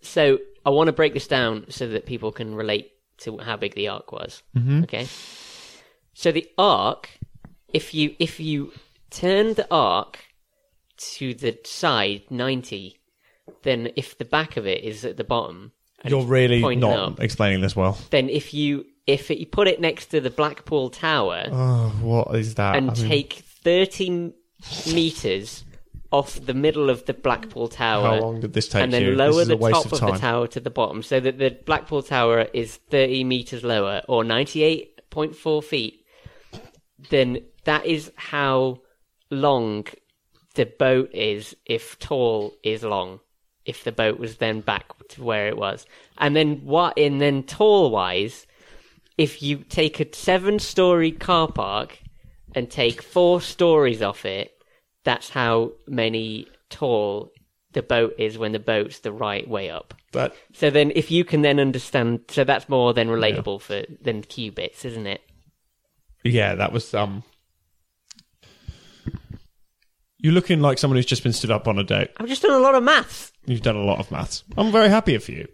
[SPEAKER 1] So I want to break this down so that people can relate to how big the ark was. Okay. So the ark, if you if you turn the ark to the side 90, then if the back of it is at the bottom, and
[SPEAKER 2] You're
[SPEAKER 1] it's
[SPEAKER 2] really
[SPEAKER 1] pointing
[SPEAKER 2] not
[SPEAKER 1] up,
[SPEAKER 2] explaining this well. [sighs]
[SPEAKER 1] then if you if it, you put it next to the Blackpool Tower
[SPEAKER 2] Oh, what is that?
[SPEAKER 1] and
[SPEAKER 2] I mean,
[SPEAKER 1] take thirty m- meters off the middle of the Blackpool
[SPEAKER 2] how
[SPEAKER 1] Tower,
[SPEAKER 2] long did this take
[SPEAKER 1] and then
[SPEAKER 2] you? this
[SPEAKER 1] lower
[SPEAKER 2] is
[SPEAKER 1] the
[SPEAKER 2] a waste
[SPEAKER 1] top
[SPEAKER 2] of
[SPEAKER 1] of,
[SPEAKER 2] time.
[SPEAKER 1] the tower to the bottom, so that the Blackpool Tower is thirty meters lower or ninety-eight point four feet, then that is how long the boat is if tall is long. If the boat was then back to where it was, and then what? And then tall wise, if you take a seven story car park and take four stories off it, that's how many tall the boat is when the boat's the right way up.
[SPEAKER 2] That
[SPEAKER 1] So then if you can then understand so that's more than relatable for than qubits, isn't it?
[SPEAKER 2] Yeah, that was um. You're looking like someone who's just been stood up on a date.
[SPEAKER 1] I've just done a lot of maths.
[SPEAKER 2] You've done a lot of maths. I'm very happy for you.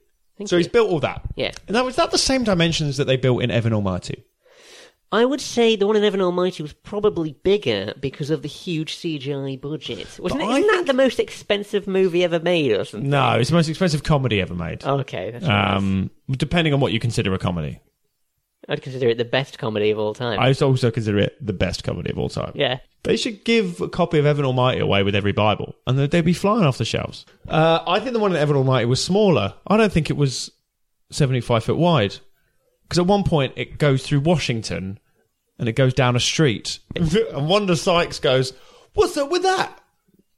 [SPEAKER 2] so he's built all that.
[SPEAKER 1] Yeah.
[SPEAKER 2] And that was that the same dimensions that they built in Evan Almighty.
[SPEAKER 1] I would say the one in Evan Almighty was probably bigger because of the huge CGI budget. Wasn't it,
[SPEAKER 2] But I
[SPEAKER 1] isn't that the most expensive movie ever made or something?
[SPEAKER 2] No, it's the most expensive comedy ever made.
[SPEAKER 1] Okay, that's right.
[SPEAKER 2] Um, depending on what you consider a comedy,
[SPEAKER 1] I'd consider it the best comedy of all time.
[SPEAKER 2] I also consider it the best comedy of all time.
[SPEAKER 1] yeah.
[SPEAKER 2] They should give a copy of Evan Almighty away with every Bible, and they'd they'd be flying off the shelves. Uh, I think the one in Evan Almighty was smaller. I don't think it was 75 foot wide. Because at one point, it goes through Washington and it goes down a street. [laughs] and Wanda Sykes goes, What's up with that?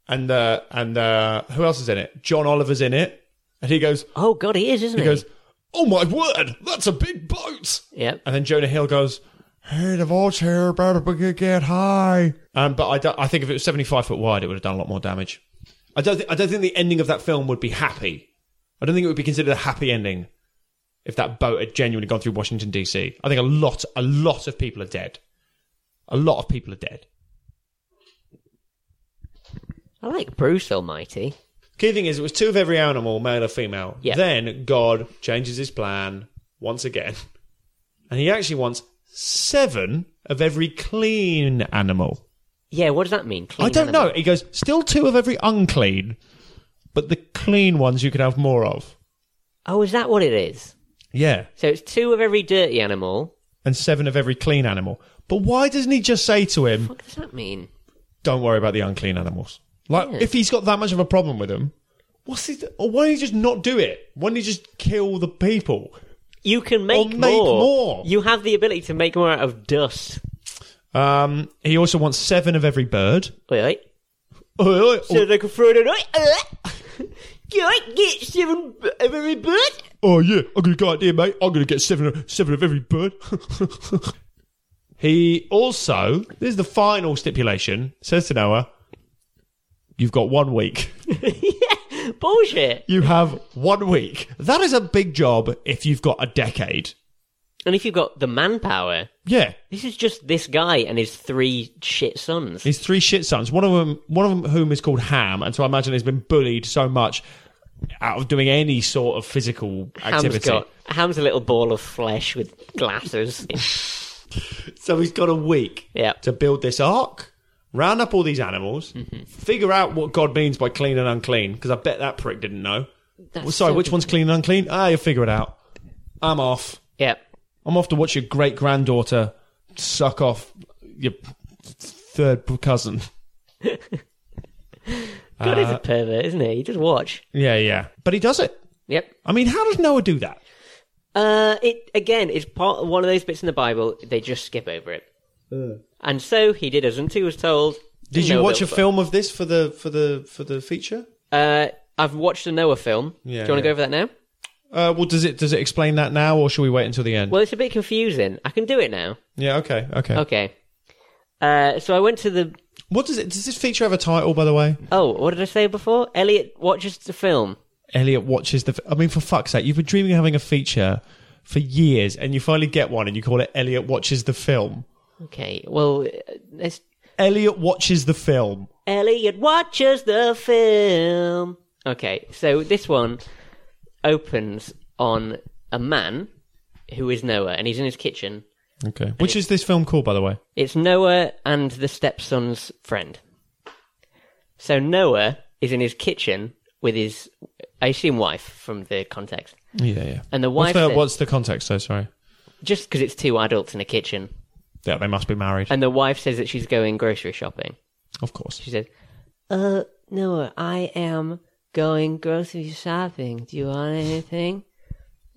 [SPEAKER 2] And, uh, and uh, who else is in it? John Oliver's in it. And he goes,
[SPEAKER 1] Oh god, he is, isn't
[SPEAKER 2] he goes, Oh my word, that's a big boat.
[SPEAKER 1] Yep.
[SPEAKER 2] And then Jonah Hill goes, "Hey, the vault's here, better be- get high." Um, but I, don't- I think if it was seventy-five foot wide, it would have done a lot more damage. I don't. Th- I don't think the ending of that film would be happy. I don't think it would be considered a happy ending if that boat had genuinely gone through Washington D.C. I think a lot, a lot of people are dead. A lot of people are dead.
[SPEAKER 1] I like Bruce Almighty.
[SPEAKER 2] Key thing is, it was two of every animal, male or female.
[SPEAKER 1] Yeah.
[SPEAKER 2] Then God changes his plan once again, [laughs] and he actually wants seven of every clean animal.
[SPEAKER 1] Yeah, what does that mean? Clean
[SPEAKER 2] I don't
[SPEAKER 1] animal.
[SPEAKER 2] know. He goes, still two of every unclean, but the clean ones you can have more of.
[SPEAKER 1] Oh, is that what it is?
[SPEAKER 2] Yeah.
[SPEAKER 1] So it's two of every dirty animal.
[SPEAKER 2] And seven of every clean animal. But why doesn't he just say to him,
[SPEAKER 1] What does that mean?
[SPEAKER 2] don't worry about the unclean animals? Like,
[SPEAKER 1] Yeah.
[SPEAKER 2] if he's got that much of a problem with them, what's his, or why don't he just not do it? Why don't he just kill the people?
[SPEAKER 1] You can make,
[SPEAKER 2] make more.
[SPEAKER 1] You have the ability to make more out of dust.
[SPEAKER 2] Um, he also wants seven of every bird. [laughs]
[SPEAKER 1] Wait, wait.
[SPEAKER 2] Oi, oi,
[SPEAKER 1] So they can throw it [laughs] away. Can I get seven of every bird? [laughs]
[SPEAKER 2] Oh yeah, I'm gonna go out there, mate. I'm gonna get seven of, seven of every bird. [laughs] he also, this is the final stipulation, says to Noah, "You've got one week.
[SPEAKER 1] yeah, bullshit.
[SPEAKER 2] [laughs] You have one week. That is a big job if you've got a decade.
[SPEAKER 1] And if you've got the manpower,
[SPEAKER 2] Yeah,
[SPEAKER 1] this is just this guy and his three shit sons.
[SPEAKER 2] his three shit sons. One of them, one of them whom is called Ham, and so I imagine he's been bullied so much out of doing any sort of physical
[SPEAKER 1] Ham's
[SPEAKER 2] activity.
[SPEAKER 1] got Ham's a little ball of flesh with glasses. [laughs]
[SPEAKER 2] So he's got a week
[SPEAKER 1] Yeah.
[SPEAKER 2] to build this ark, round up all these animals, figure out what God means by clean and unclean, because I bet that prick didn't know. Well, sorry,
[SPEAKER 1] so
[SPEAKER 2] which one's clean and unclean? Ah, you'll figure it out. I'm off.
[SPEAKER 1] yep.
[SPEAKER 2] I'm off to watch your great granddaughter suck off your third cousin.
[SPEAKER 1] God
[SPEAKER 2] Uh,
[SPEAKER 1] is a pervert, isn't he? You just watch.
[SPEAKER 2] Yeah, yeah. But he does it.
[SPEAKER 1] Yep.
[SPEAKER 2] I mean, how does Noah do that?
[SPEAKER 1] Uh, it again is part one of those bits in the Bible. They just skip over it. And so he did as unto was told.
[SPEAKER 2] Uh. Did you
[SPEAKER 1] Noah
[SPEAKER 2] watch a
[SPEAKER 1] built a-
[SPEAKER 2] film of this for the for the for the feature?
[SPEAKER 1] Uh, I've watched a Noah film. Do
[SPEAKER 2] Yeah,
[SPEAKER 1] you want to
[SPEAKER 2] yeah.
[SPEAKER 1] go over that now?
[SPEAKER 2] Uh, well, does it does it explain that now, or should we wait until the end?
[SPEAKER 1] Well, it's a bit confusing. I can do it now.
[SPEAKER 2] yeah, okay, okay.
[SPEAKER 1] Okay. Uh, so I went to the.
[SPEAKER 2] What does it? Does this feature have a title, by the way?
[SPEAKER 1] Oh, what did I say before? Elliot watches the film.
[SPEAKER 2] Elliot watches the. I mean, for fuck's sake, you've been dreaming of having a feature for years, and you finally get one, and you call it Elliot watches the film.
[SPEAKER 1] Okay. Well, uh, it's
[SPEAKER 2] Elliot watches the film.
[SPEAKER 1] Elliot watches the film. Okay, so this one opens on a man who is Noah, and he's in his kitchen.
[SPEAKER 2] Okay. Which is this film called, by the way?
[SPEAKER 1] It's Noah and the stepson's friend. So Noah is in his kitchen with his, I assume, wife from the context.
[SPEAKER 2] Yeah, yeah.
[SPEAKER 1] And the
[SPEAKER 2] what's
[SPEAKER 1] wife,
[SPEAKER 2] the,
[SPEAKER 1] says-
[SPEAKER 2] what's the context? though? sorry.
[SPEAKER 1] just because it's two adults in a kitchen,
[SPEAKER 2] Yeah, they must be married.
[SPEAKER 1] and the wife says that she's going grocery shopping.
[SPEAKER 2] of course.
[SPEAKER 1] She says, "Uh, Noah, I am going grocery shopping. Do you want anything?"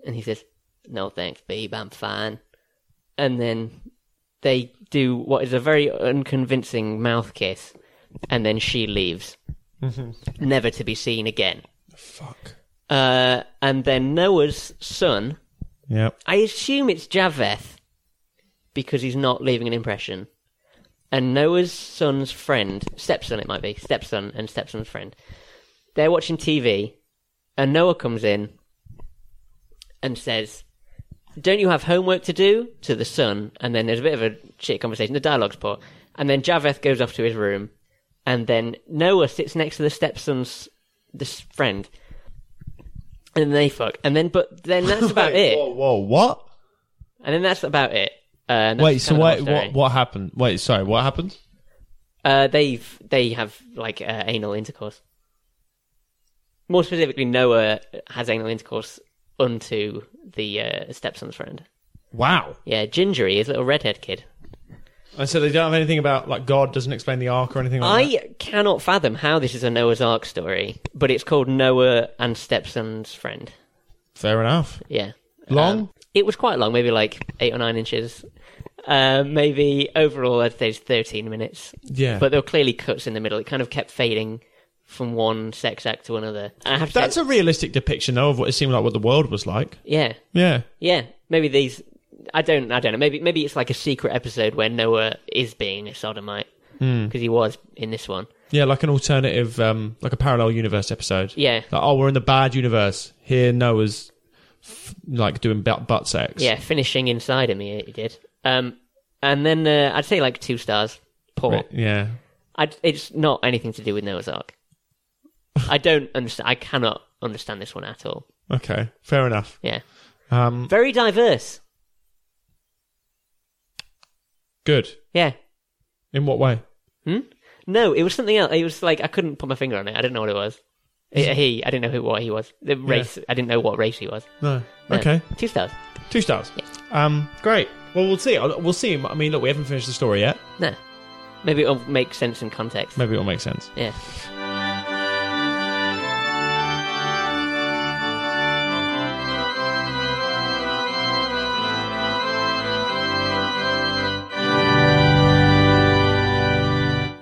[SPEAKER 1] And he says, "No, thanks, babe. I'm fine." And then they do what is a very unconvincing mouth kiss, and then she leaves, never to be seen again.
[SPEAKER 2] Fuck.
[SPEAKER 1] Uh, and then Noah's son,
[SPEAKER 2] Yeah.
[SPEAKER 1] I assume it's Javeth, because he's not leaving an impression. And Noah's son's friend, stepson it might be, stepson and stepson's friend, they're watching TV, and Noah comes in and says, Don't you have homework to do? to the son. And then there's a bit of a shit conversation, the dialogue's poor. And then Javeth goes off to his room, and then Noah sits next to the stepson's this friend. And they fuck. And then, but then
[SPEAKER 2] [laughs] Oh
[SPEAKER 1] that's about
[SPEAKER 2] Wait,
[SPEAKER 1] it.
[SPEAKER 2] Whoa, whoa, what?
[SPEAKER 1] And then that's about it. Uh, and that's
[SPEAKER 2] Wait, so
[SPEAKER 1] kind of the
[SPEAKER 2] wait,
[SPEAKER 1] whole
[SPEAKER 2] what,
[SPEAKER 1] story.
[SPEAKER 2] what happened? Wait, sorry, what happened?
[SPEAKER 1] Uh, they've they have like uh, anal intercourse. More specifically, Noah has anal intercourse unto the uh, stepson's friend.
[SPEAKER 2] Wow.
[SPEAKER 1] Yeah, Gingery, his little redhead kid.
[SPEAKER 2] And so they don't have anything about, like, God doesn't explain the ark or anything like that?
[SPEAKER 1] I cannot fathom how this is a Noah's Ark story, but it's called Noah and Stepson's Friend.
[SPEAKER 2] Fair enough.
[SPEAKER 1] Yeah.
[SPEAKER 2] Long?
[SPEAKER 1] Um, it was quite long, maybe like eight or nine inches. Uh, maybe overall, I'd say it's 13 minutes.
[SPEAKER 2] yeah.
[SPEAKER 1] But there were clearly cuts in the middle. It kind of kept fading from one sex act to another. And I have to say-
[SPEAKER 2] That's a realistic depiction, though, of what it seemed like what the world was like.
[SPEAKER 1] yeah,
[SPEAKER 2] Yeah.
[SPEAKER 1] yeah. Maybe these. I don't. I don't know. Maybe maybe it's like a secret episode where Noah is being a sodomite
[SPEAKER 2] Hmm.
[SPEAKER 1] because he was in this one.
[SPEAKER 2] Yeah, like an alternative, um, like a parallel universe episode.
[SPEAKER 1] Yeah.
[SPEAKER 2] Like, oh, we're in the bad universe. Here, Noah's f- like doing butt, butt sex.
[SPEAKER 1] Yeah, finishing inside him. He, he did. Um, and then uh, I'd say like two stars. Poor.
[SPEAKER 2] Right, yeah.
[SPEAKER 1] I'd, it's not anything to do with Noah's Ark. I don't understand. I cannot understand this one at all.
[SPEAKER 2] Okay. Fair enough.
[SPEAKER 1] Yeah,
[SPEAKER 2] Um,
[SPEAKER 1] very diverse.
[SPEAKER 2] Good.
[SPEAKER 1] Yeah.
[SPEAKER 2] In what way?
[SPEAKER 1] Hmm? No, it was something else. It was like I couldn't put my finger on it. I didn't know what it was. I- he, I didn't know who what he was. The race, I didn't know what race he was.
[SPEAKER 2] No.
[SPEAKER 1] No.
[SPEAKER 2] Okay.
[SPEAKER 1] two stars.
[SPEAKER 2] Two stars. Um, great. Well, we'll see. I'll- We'll see. I mean, look, we haven't finished the story yet.
[SPEAKER 1] No, maybe it'll make sense in context.
[SPEAKER 2] Maybe it'll make sense.
[SPEAKER 1] Yeah,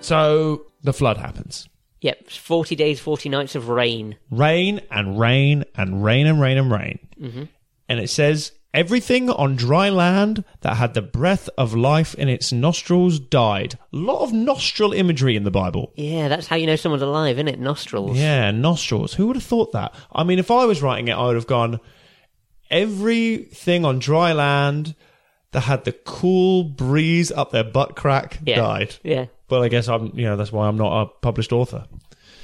[SPEAKER 2] So the flood happens.
[SPEAKER 1] yep. It's Forty days, forty nights of rain.
[SPEAKER 2] Rain and rain and rain and rain and rain. And it says everything on dry land that had the breath of life in its nostrils died. A lot of nostril imagery in the Bible.
[SPEAKER 1] Yeah, that's how you know someone's alive, isn't it? Nostrils.
[SPEAKER 2] Yeah, nostrils. Who would have thought that? I mean, if I was writing it, I would have gone everything on dry land that had the cool breeze up their butt crack
[SPEAKER 1] Yeah.
[SPEAKER 2] died.
[SPEAKER 1] Yeah.
[SPEAKER 2] But I guess I'm, you know, that's why I'm not a published author.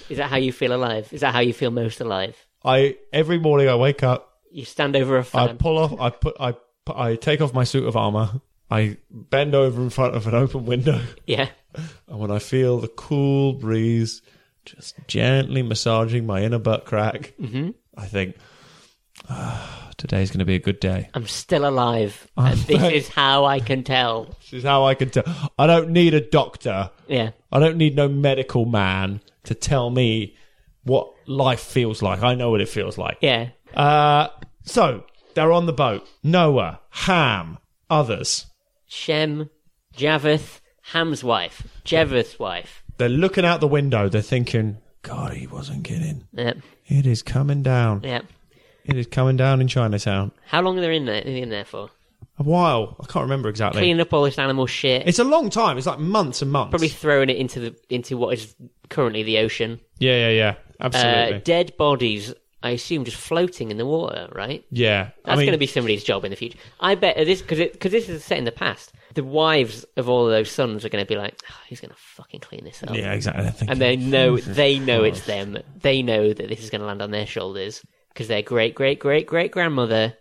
[SPEAKER 1] Is that how you feel alive? Is that how you feel most alive?
[SPEAKER 2] I every morning I wake up,
[SPEAKER 1] You stand over a
[SPEAKER 2] I
[SPEAKER 1] fan.
[SPEAKER 2] pull off, I put, I, I take off my suit of armor, I bend over in front of an open window, [laughs]
[SPEAKER 1] yeah.
[SPEAKER 2] and when I feel the cool breeze just gently massaging my inner butt crack, I think "Ah, today's going to be a good day.
[SPEAKER 1] I'm still alive.
[SPEAKER 2] Oh,
[SPEAKER 1] and this is how I can tell.
[SPEAKER 2] This is how I can tell. I don't need a doctor.
[SPEAKER 1] Yeah.
[SPEAKER 2] I don't need no medical man to tell me what life feels like. I know what it feels like.
[SPEAKER 1] Yeah.
[SPEAKER 2] Uh, so they're on the boat. Noah, Ham, others.
[SPEAKER 1] Shem, Javeth, Ham's wife, Jeveth's wife.
[SPEAKER 2] They're looking out the window. They're thinking, God, he wasn't kidding.
[SPEAKER 1] Yep.
[SPEAKER 2] It is coming down.
[SPEAKER 1] Yep.
[SPEAKER 2] It is coming down in Chinatown.
[SPEAKER 1] How long are they in there, in there for?
[SPEAKER 2] A while. I can't remember exactly.
[SPEAKER 1] Cleaning up all this animal shit.
[SPEAKER 2] It's a long time. It's like months and months.
[SPEAKER 1] probably throwing it into the into what is currently the ocean.
[SPEAKER 2] Yeah, yeah, yeah.
[SPEAKER 1] Uh,
[SPEAKER 2] Absolutely.
[SPEAKER 1] dead bodies, I assume, just floating in the water, right?
[SPEAKER 2] yeah.
[SPEAKER 1] That's going to be somebody's job in the future. I bet this because because this is set in the past. The wives of all of those sons are going to be like, "Oh, "He's going to fucking clean this up,"
[SPEAKER 2] Yeah, exactly. I think
[SPEAKER 1] and they know they know it's them. They know that this is going to land on their shoulders because their great great great great grandmother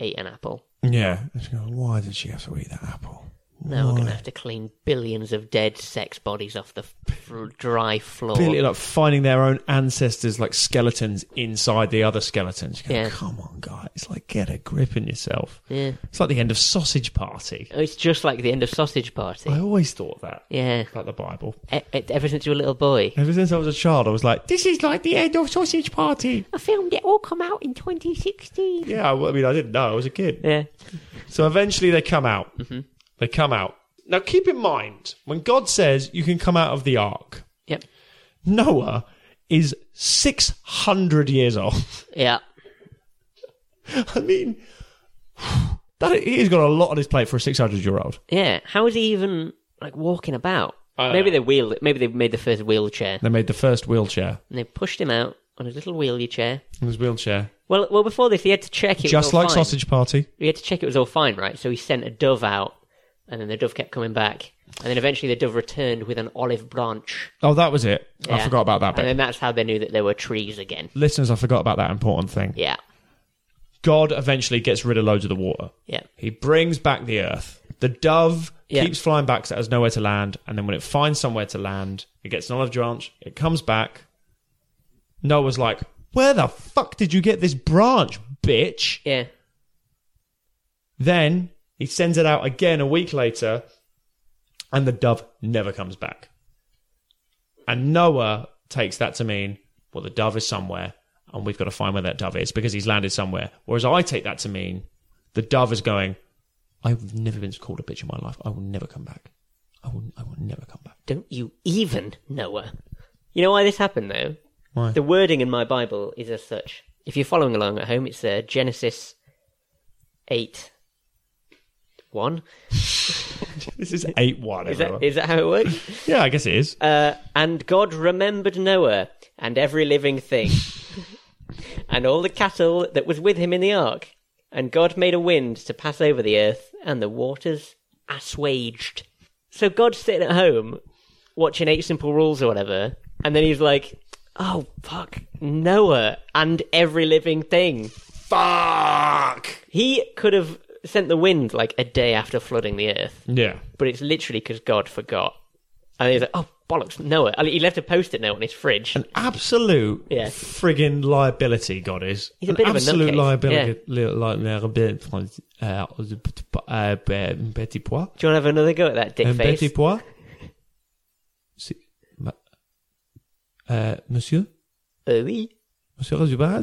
[SPEAKER 1] ate an apple.
[SPEAKER 2] Yeah. Why did she have to eat that apple?
[SPEAKER 1] Now we're going to have to clean billions of dead sex bodies off the f- dry floor.
[SPEAKER 2] Really, like finding their own ancestors, like skeletons inside the other skeletons. You go,
[SPEAKER 1] Yeah.
[SPEAKER 2] Come on, guys! Like, get a grip in yourself.
[SPEAKER 1] Yeah.
[SPEAKER 2] It's like the end of Sausage Party.
[SPEAKER 1] It's just like the end of Sausage Party.
[SPEAKER 2] I always thought that
[SPEAKER 1] Yeah.
[SPEAKER 2] about the Bible.
[SPEAKER 1] E- e- ever since you were a little boy.
[SPEAKER 2] Ever since I was a child, I was like, "This is like the end of Sausage Party."
[SPEAKER 1] I filmed it all come out in 2016.
[SPEAKER 2] Yeah, I I mean, I didn't know. I was a kid.
[SPEAKER 1] Yeah.
[SPEAKER 2] So eventually they come out.
[SPEAKER 1] Mm-hmm.
[SPEAKER 2] They come out. Now keep in mind, when God says you can come out of the ark,
[SPEAKER 1] Yep.
[SPEAKER 2] Noah is 600 years old. [laughs]
[SPEAKER 1] Yeah.
[SPEAKER 2] I mean, [sighs] that he's got a lot on his plate for a 600 year old.
[SPEAKER 1] Yeah. How is he even like walking about?
[SPEAKER 2] I don't
[SPEAKER 1] Maybe
[SPEAKER 2] know.
[SPEAKER 1] they wheel. Maybe they made the first wheelchair
[SPEAKER 2] They made the first wheelchair.
[SPEAKER 1] and they pushed him out on his little wheelchair.
[SPEAKER 2] His wheelchair.
[SPEAKER 1] Well, well, before this, he had to check it. was
[SPEAKER 2] Just
[SPEAKER 1] all
[SPEAKER 2] like
[SPEAKER 1] fine.
[SPEAKER 2] Sausage Party.
[SPEAKER 1] He had to check it was all fine, right? So he sent a dove out, and then the dove kept coming back, and then eventually the dove returned with an olive branch.
[SPEAKER 2] Oh, that was it. I
[SPEAKER 1] Yeah.
[SPEAKER 2] forgot about that
[SPEAKER 1] And
[SPEAKER 2] bit.
[SPEAKER 1] then that's how they knew that there were trees again.
[SPEAKER 2] Listeners, I forgot about that important thing.
[SPEAKER 1] Yeah.
[SPEAKER 2] God eventually gets rid of loads of the water.
[SPEAKER 1] Yeah.
[SPEAKER 2] He brings back the earth. The dove
[SPEAKER 1] Yeah.
[SPEAKER 2] keeps flying back because it has nowhere to land. And then when it finds somewhere to land, it gets an olive branch. It comes back. Noah's like, Where the fuck did you get this branch, bitch?
[SPEAKER 1] Yeah.
[SPEAKER 2] Then he sends it out again a week later, and the dove never comes back. And Noah takes that to mean, well, the dove is somewhere, and we've got to find where that dove is because he's landed somewhere. Whereas I take that to mean, the dove is going, I've never been called a bitch in my life. I will never come back. I will, I will never come back. [laughs]
[SPEAKER 1] Don't you even, Noah? You know why this happened, though?
[SPEAKER 2] Why?
[SPEAKER 1] The wording in my Bible is as such. If you're following along at home, it's uh, Genesis 8 1.
[SPEAKER 2] This is 8 1.
[SPEAKER 1] Is that, is that how it works?
[SPEAKER 2] Yeah, I guess it is.
[SPEAKER 1] uh, and God remembered Noah and every living thing, and all the cattle that was with him in the ark. And God made a wind to pass over the earth, and the waters assuaged. So God's sitting at home watching Eight Simple Rules or whatever, and then he's like, oh, fuck, Noah and every living thing.
[SPEAKER 2] Fuck!
[SPEAKER 1] He could have sent the wind like a day after flooding the earth,
[SPEAKER 2] Yeah.
[SPEAKER 1] but it's literally because God forgot. And he's like, oh, bollocks, Noah. And he left a post it note on his fridge.
[SPEAKER 2] An absolute
[SPEAKER 1] Yeah.
[SPEAKER 2] friggin' liability, God is.
[SPEAKER 1] He's a
[SPEAKER 2] An
[SPEAKER 1] bit of a
[SPEAKER 2] absolute
[SPEAKER 1] nutcase.
[SPEAKER 2] liability. li- li- liability. Uh, uh,
[SPEAKER 1] Do
[SPEAKER 2] Petit pois.
[SPEAKER 1] you want to have another go at that dick
[SPEAKER 2] Un
[SPEAKER 1] face?
[SPEAKER 2] petit pois. C'est- ma- Euh, monsieur,
[SPEAKER 1] Euh, oui,
[SPEAKER 2] monsieur Razubar,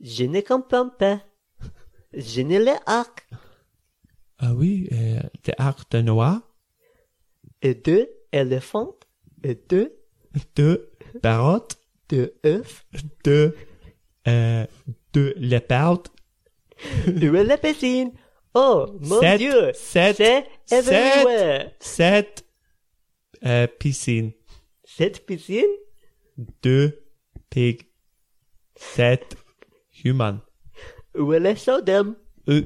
[SPEAKER 1] je ne comprends pas. Je ne le arc.
[SPEAKER 2] ah oui, euh, des arcs de noir,
[SPEAKER 1] Et deux éléphants. Et deux,
[SPEAKER 2] deux barottes,
[SPEAKER 1] deux œufs.
[SPEAKER 2] deux, euh, deux léopards,
[SPEAKER 1] Où est la piscine? Oh, mon
[SPEAKER 2] Sept,
[SPEAKER 1] Dieu!
[SPEAKER 2] sept,
[SPEAKER 1] C'est
[SPEAKER 2] sept.
[SPEAKER 1] everywhere!
[SPEAKER 2] sept euh, piscines.
[SPEAKER 1] Cette piscine?
[SPEAKER 2] deux pig, sept humains.
[SPEAKER 1] Où est le Sodom?
[SPEAKER 2] Où,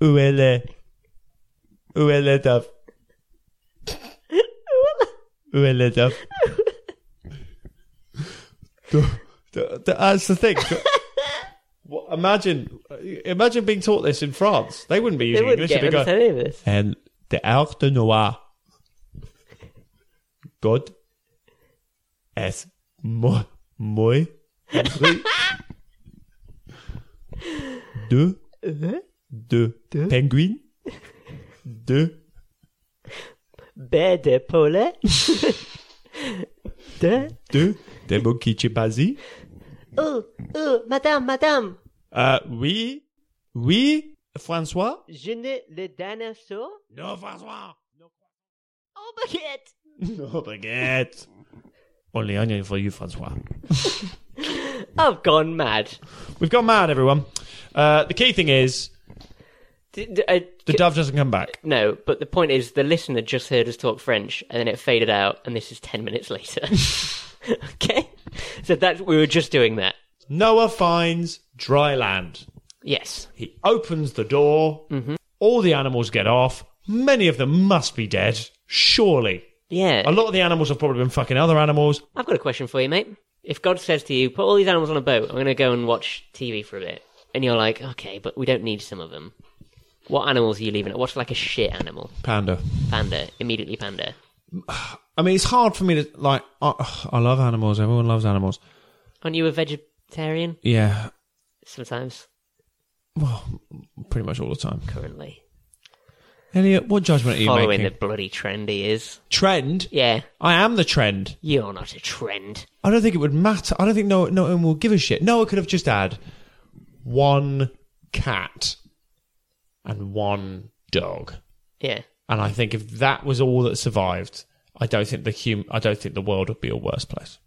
[SPEAKER 2] où elle est Où elle est top Où elle est top That's the thing. Well, imagine, imagine being taught this in France. They wouldn't be
[SPEAKER 1] They
[SPEAKER 2] using
[SPEAKER 1] wouldn't
[SPEAKER 2] English.
[SPEAKER 1] get
[SPEAKER 2] They'd go,
[SPEAKER 1] understand any of this.
[SPEAKER 2] and the Arc de Noir. God es moi, moi, deux, deux, penguins, deux,
[SPEAKER 1] Baie de Paulet. de...
[SPEAKER 2] deux, des mots qui te basent.
[SPEAKER 1] Oh, oh, madame, madame!
[SPEAKER 2] Euh, oui, oui, François?
[SPEAKER 1] Je n'ai le dinosaure?
[SPEAKER 2] Non, François!
[SPEAKER 1] Oh, baguette!
[SPEAKER 2] Non, baguette! Only onion for you, François.
[SPEAKER 1] I've gone mad.
[SPEAKER 2] We've gone mad, everyone. Uh, the key thing is,
[SPEAKER 1] D- d- uh,
[SPEAKER 2] the dove doesn't come back.
[SPEAKER 1] no, but the point is, the listener just heard us talk French, and then it faded out, and this is ten minutes later. [laughs] okay, so that's we were just doing that.
[SPEAKER 2] Noah finds dry land.
[SPEAKER 1] Yes,
[SPEAKER 2] He opens the door. All the animals get off. Many of them must be dead, surely.
[SPEAKER 1] yeah.
[SPEAKER 2] A lot of the animals have probably been fucking other animals.
[SPEAKER 1] I've got a question for you, mate. If God says to you, put all these animals on a boat, I'm going to go and watch TV for a bit, and you're like, okay, but we don't need some of them. What animals are you leaving? What's like a shit animal?
[SPEAKER 2] Panda.
[SPEAKER 1] Panda. Immediately panda.
[SPEAKER 2] I mean, it's hard for me to like. I, I love animals. Everyone loves animals.
[SPEAKER 1] Aren't you a vegetarian?
[SPEAKER 2] Yeah,
[SPEAKER 1] Sometimes.
[SPEAKER 2] pretty much all the time.
[SPEAKER 1] Currently.
[SPEAKER 2] Elliot, what judgment are you
[SPEAKER 1] Following
[SPEAKER 2] making?
[SPEAKER 1] the bloody trend he is.
[SPEAKER 2] Trend.
[SPEAKER 1] Yeah.
[SPEAKER 2] I am the trend.
[SPEAKER 1] You're not a trend.
[SPEAKER 2] I don't think it would matter. I don't think Noah, Noah will give a shit. Noah could have just had one cat and one dog.
[SPEAKER 1] Yeah.
[SPEAKER 2] And I think if that was all that survived, I don't think the hum- I don't think the world would be a worse place.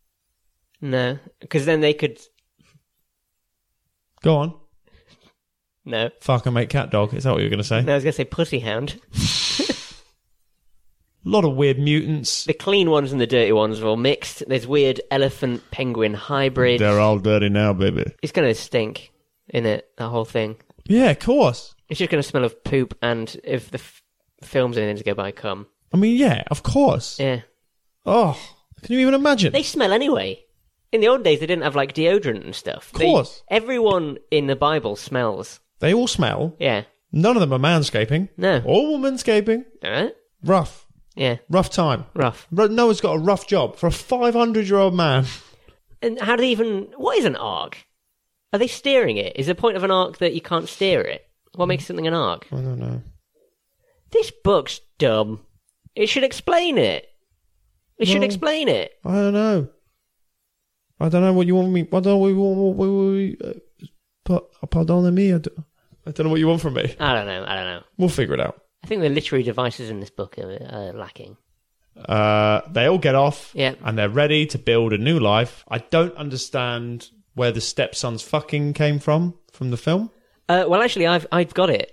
[SPEAKER 1] No. Because then they could.
[SPEAKER 2] Go on,
[SPEAKER 1] No.
[SPEAKER 2] fuck and make cat dog. Is that what you were going to say?
[SPEAKER 1] No, I was going to say pussy hound.
[SPEAKER 2] A lot of weird mutants.
[SPEAKER 1] The clean ones and the dirty ones are all mixed. There's weird elephant penguin hybrid.
[SPEAKER 2] all dirty now, baby.
[SPEAKER 1] It's going to stink, in it? The whole thing.
[SPEAKER 2] Yeah, of course.
[SPEAKER 1] It's just going to smell of poop, and if the f- film's anything to go by, come.
[SPEAKER 2] I mean, yeah, of course.
[SPEAKER 1] Yeah.
[SPEAKER 2] Oh, can you even imagine?
[SPEAKER 1] They smell anyway. In the old days, they didn't have like deodorant and stuff. Of
[SPEAKER 2] course.
[SPEAKER 1] everyone in the Bible smells.
[SPEAKER 2] They all smell.
[SPEAKER 1] Yeah.
[SPEAKER 2] None of them are manscaping.
[SPEAKER 1] No.
[SPEAKER 2] All manscaping.
[SPEAKER 1] All right.
[SPEAKER 2] Rough,
[SPEAKER 1] Yeah.
[SPEAKER 2] rough time.
[SPEAKER 1] Rough.
[SPEAKER 2] Ro- Noah's got a rough job for a 500 year old man. [laughs]
[SPEAKER 1] And how do they even? What is an arc? Are they steering it? Is the point of an arc that you can't steer it? What makes something an arc?
[SPEAKER 2] I don't know.
[SPEAKER 1] This book's dumb. It should explain it. It should explain it.
[SPEAKER 2] I don't know. I don't know what you want me. I don't know what you want. What, what, what, uh, pa- pardon me. I don't, I don't know what you want from me.
[SPEAKER 1] I don't know. I don't know.
[SPEAKER 2] We'll figure it out.
[SPEAKER 1] I think the literary devices in this book are, are lacking.
[SPEAKER 2] Uh, they all get off.
[SPEAKER 1] Yeah.
[SPEAKER 2] And they're ready to build a new life. I don't understand where the stepson's fucking came from from the film.
[SPEAKER 1] Uh, well, actually, I've I've got it.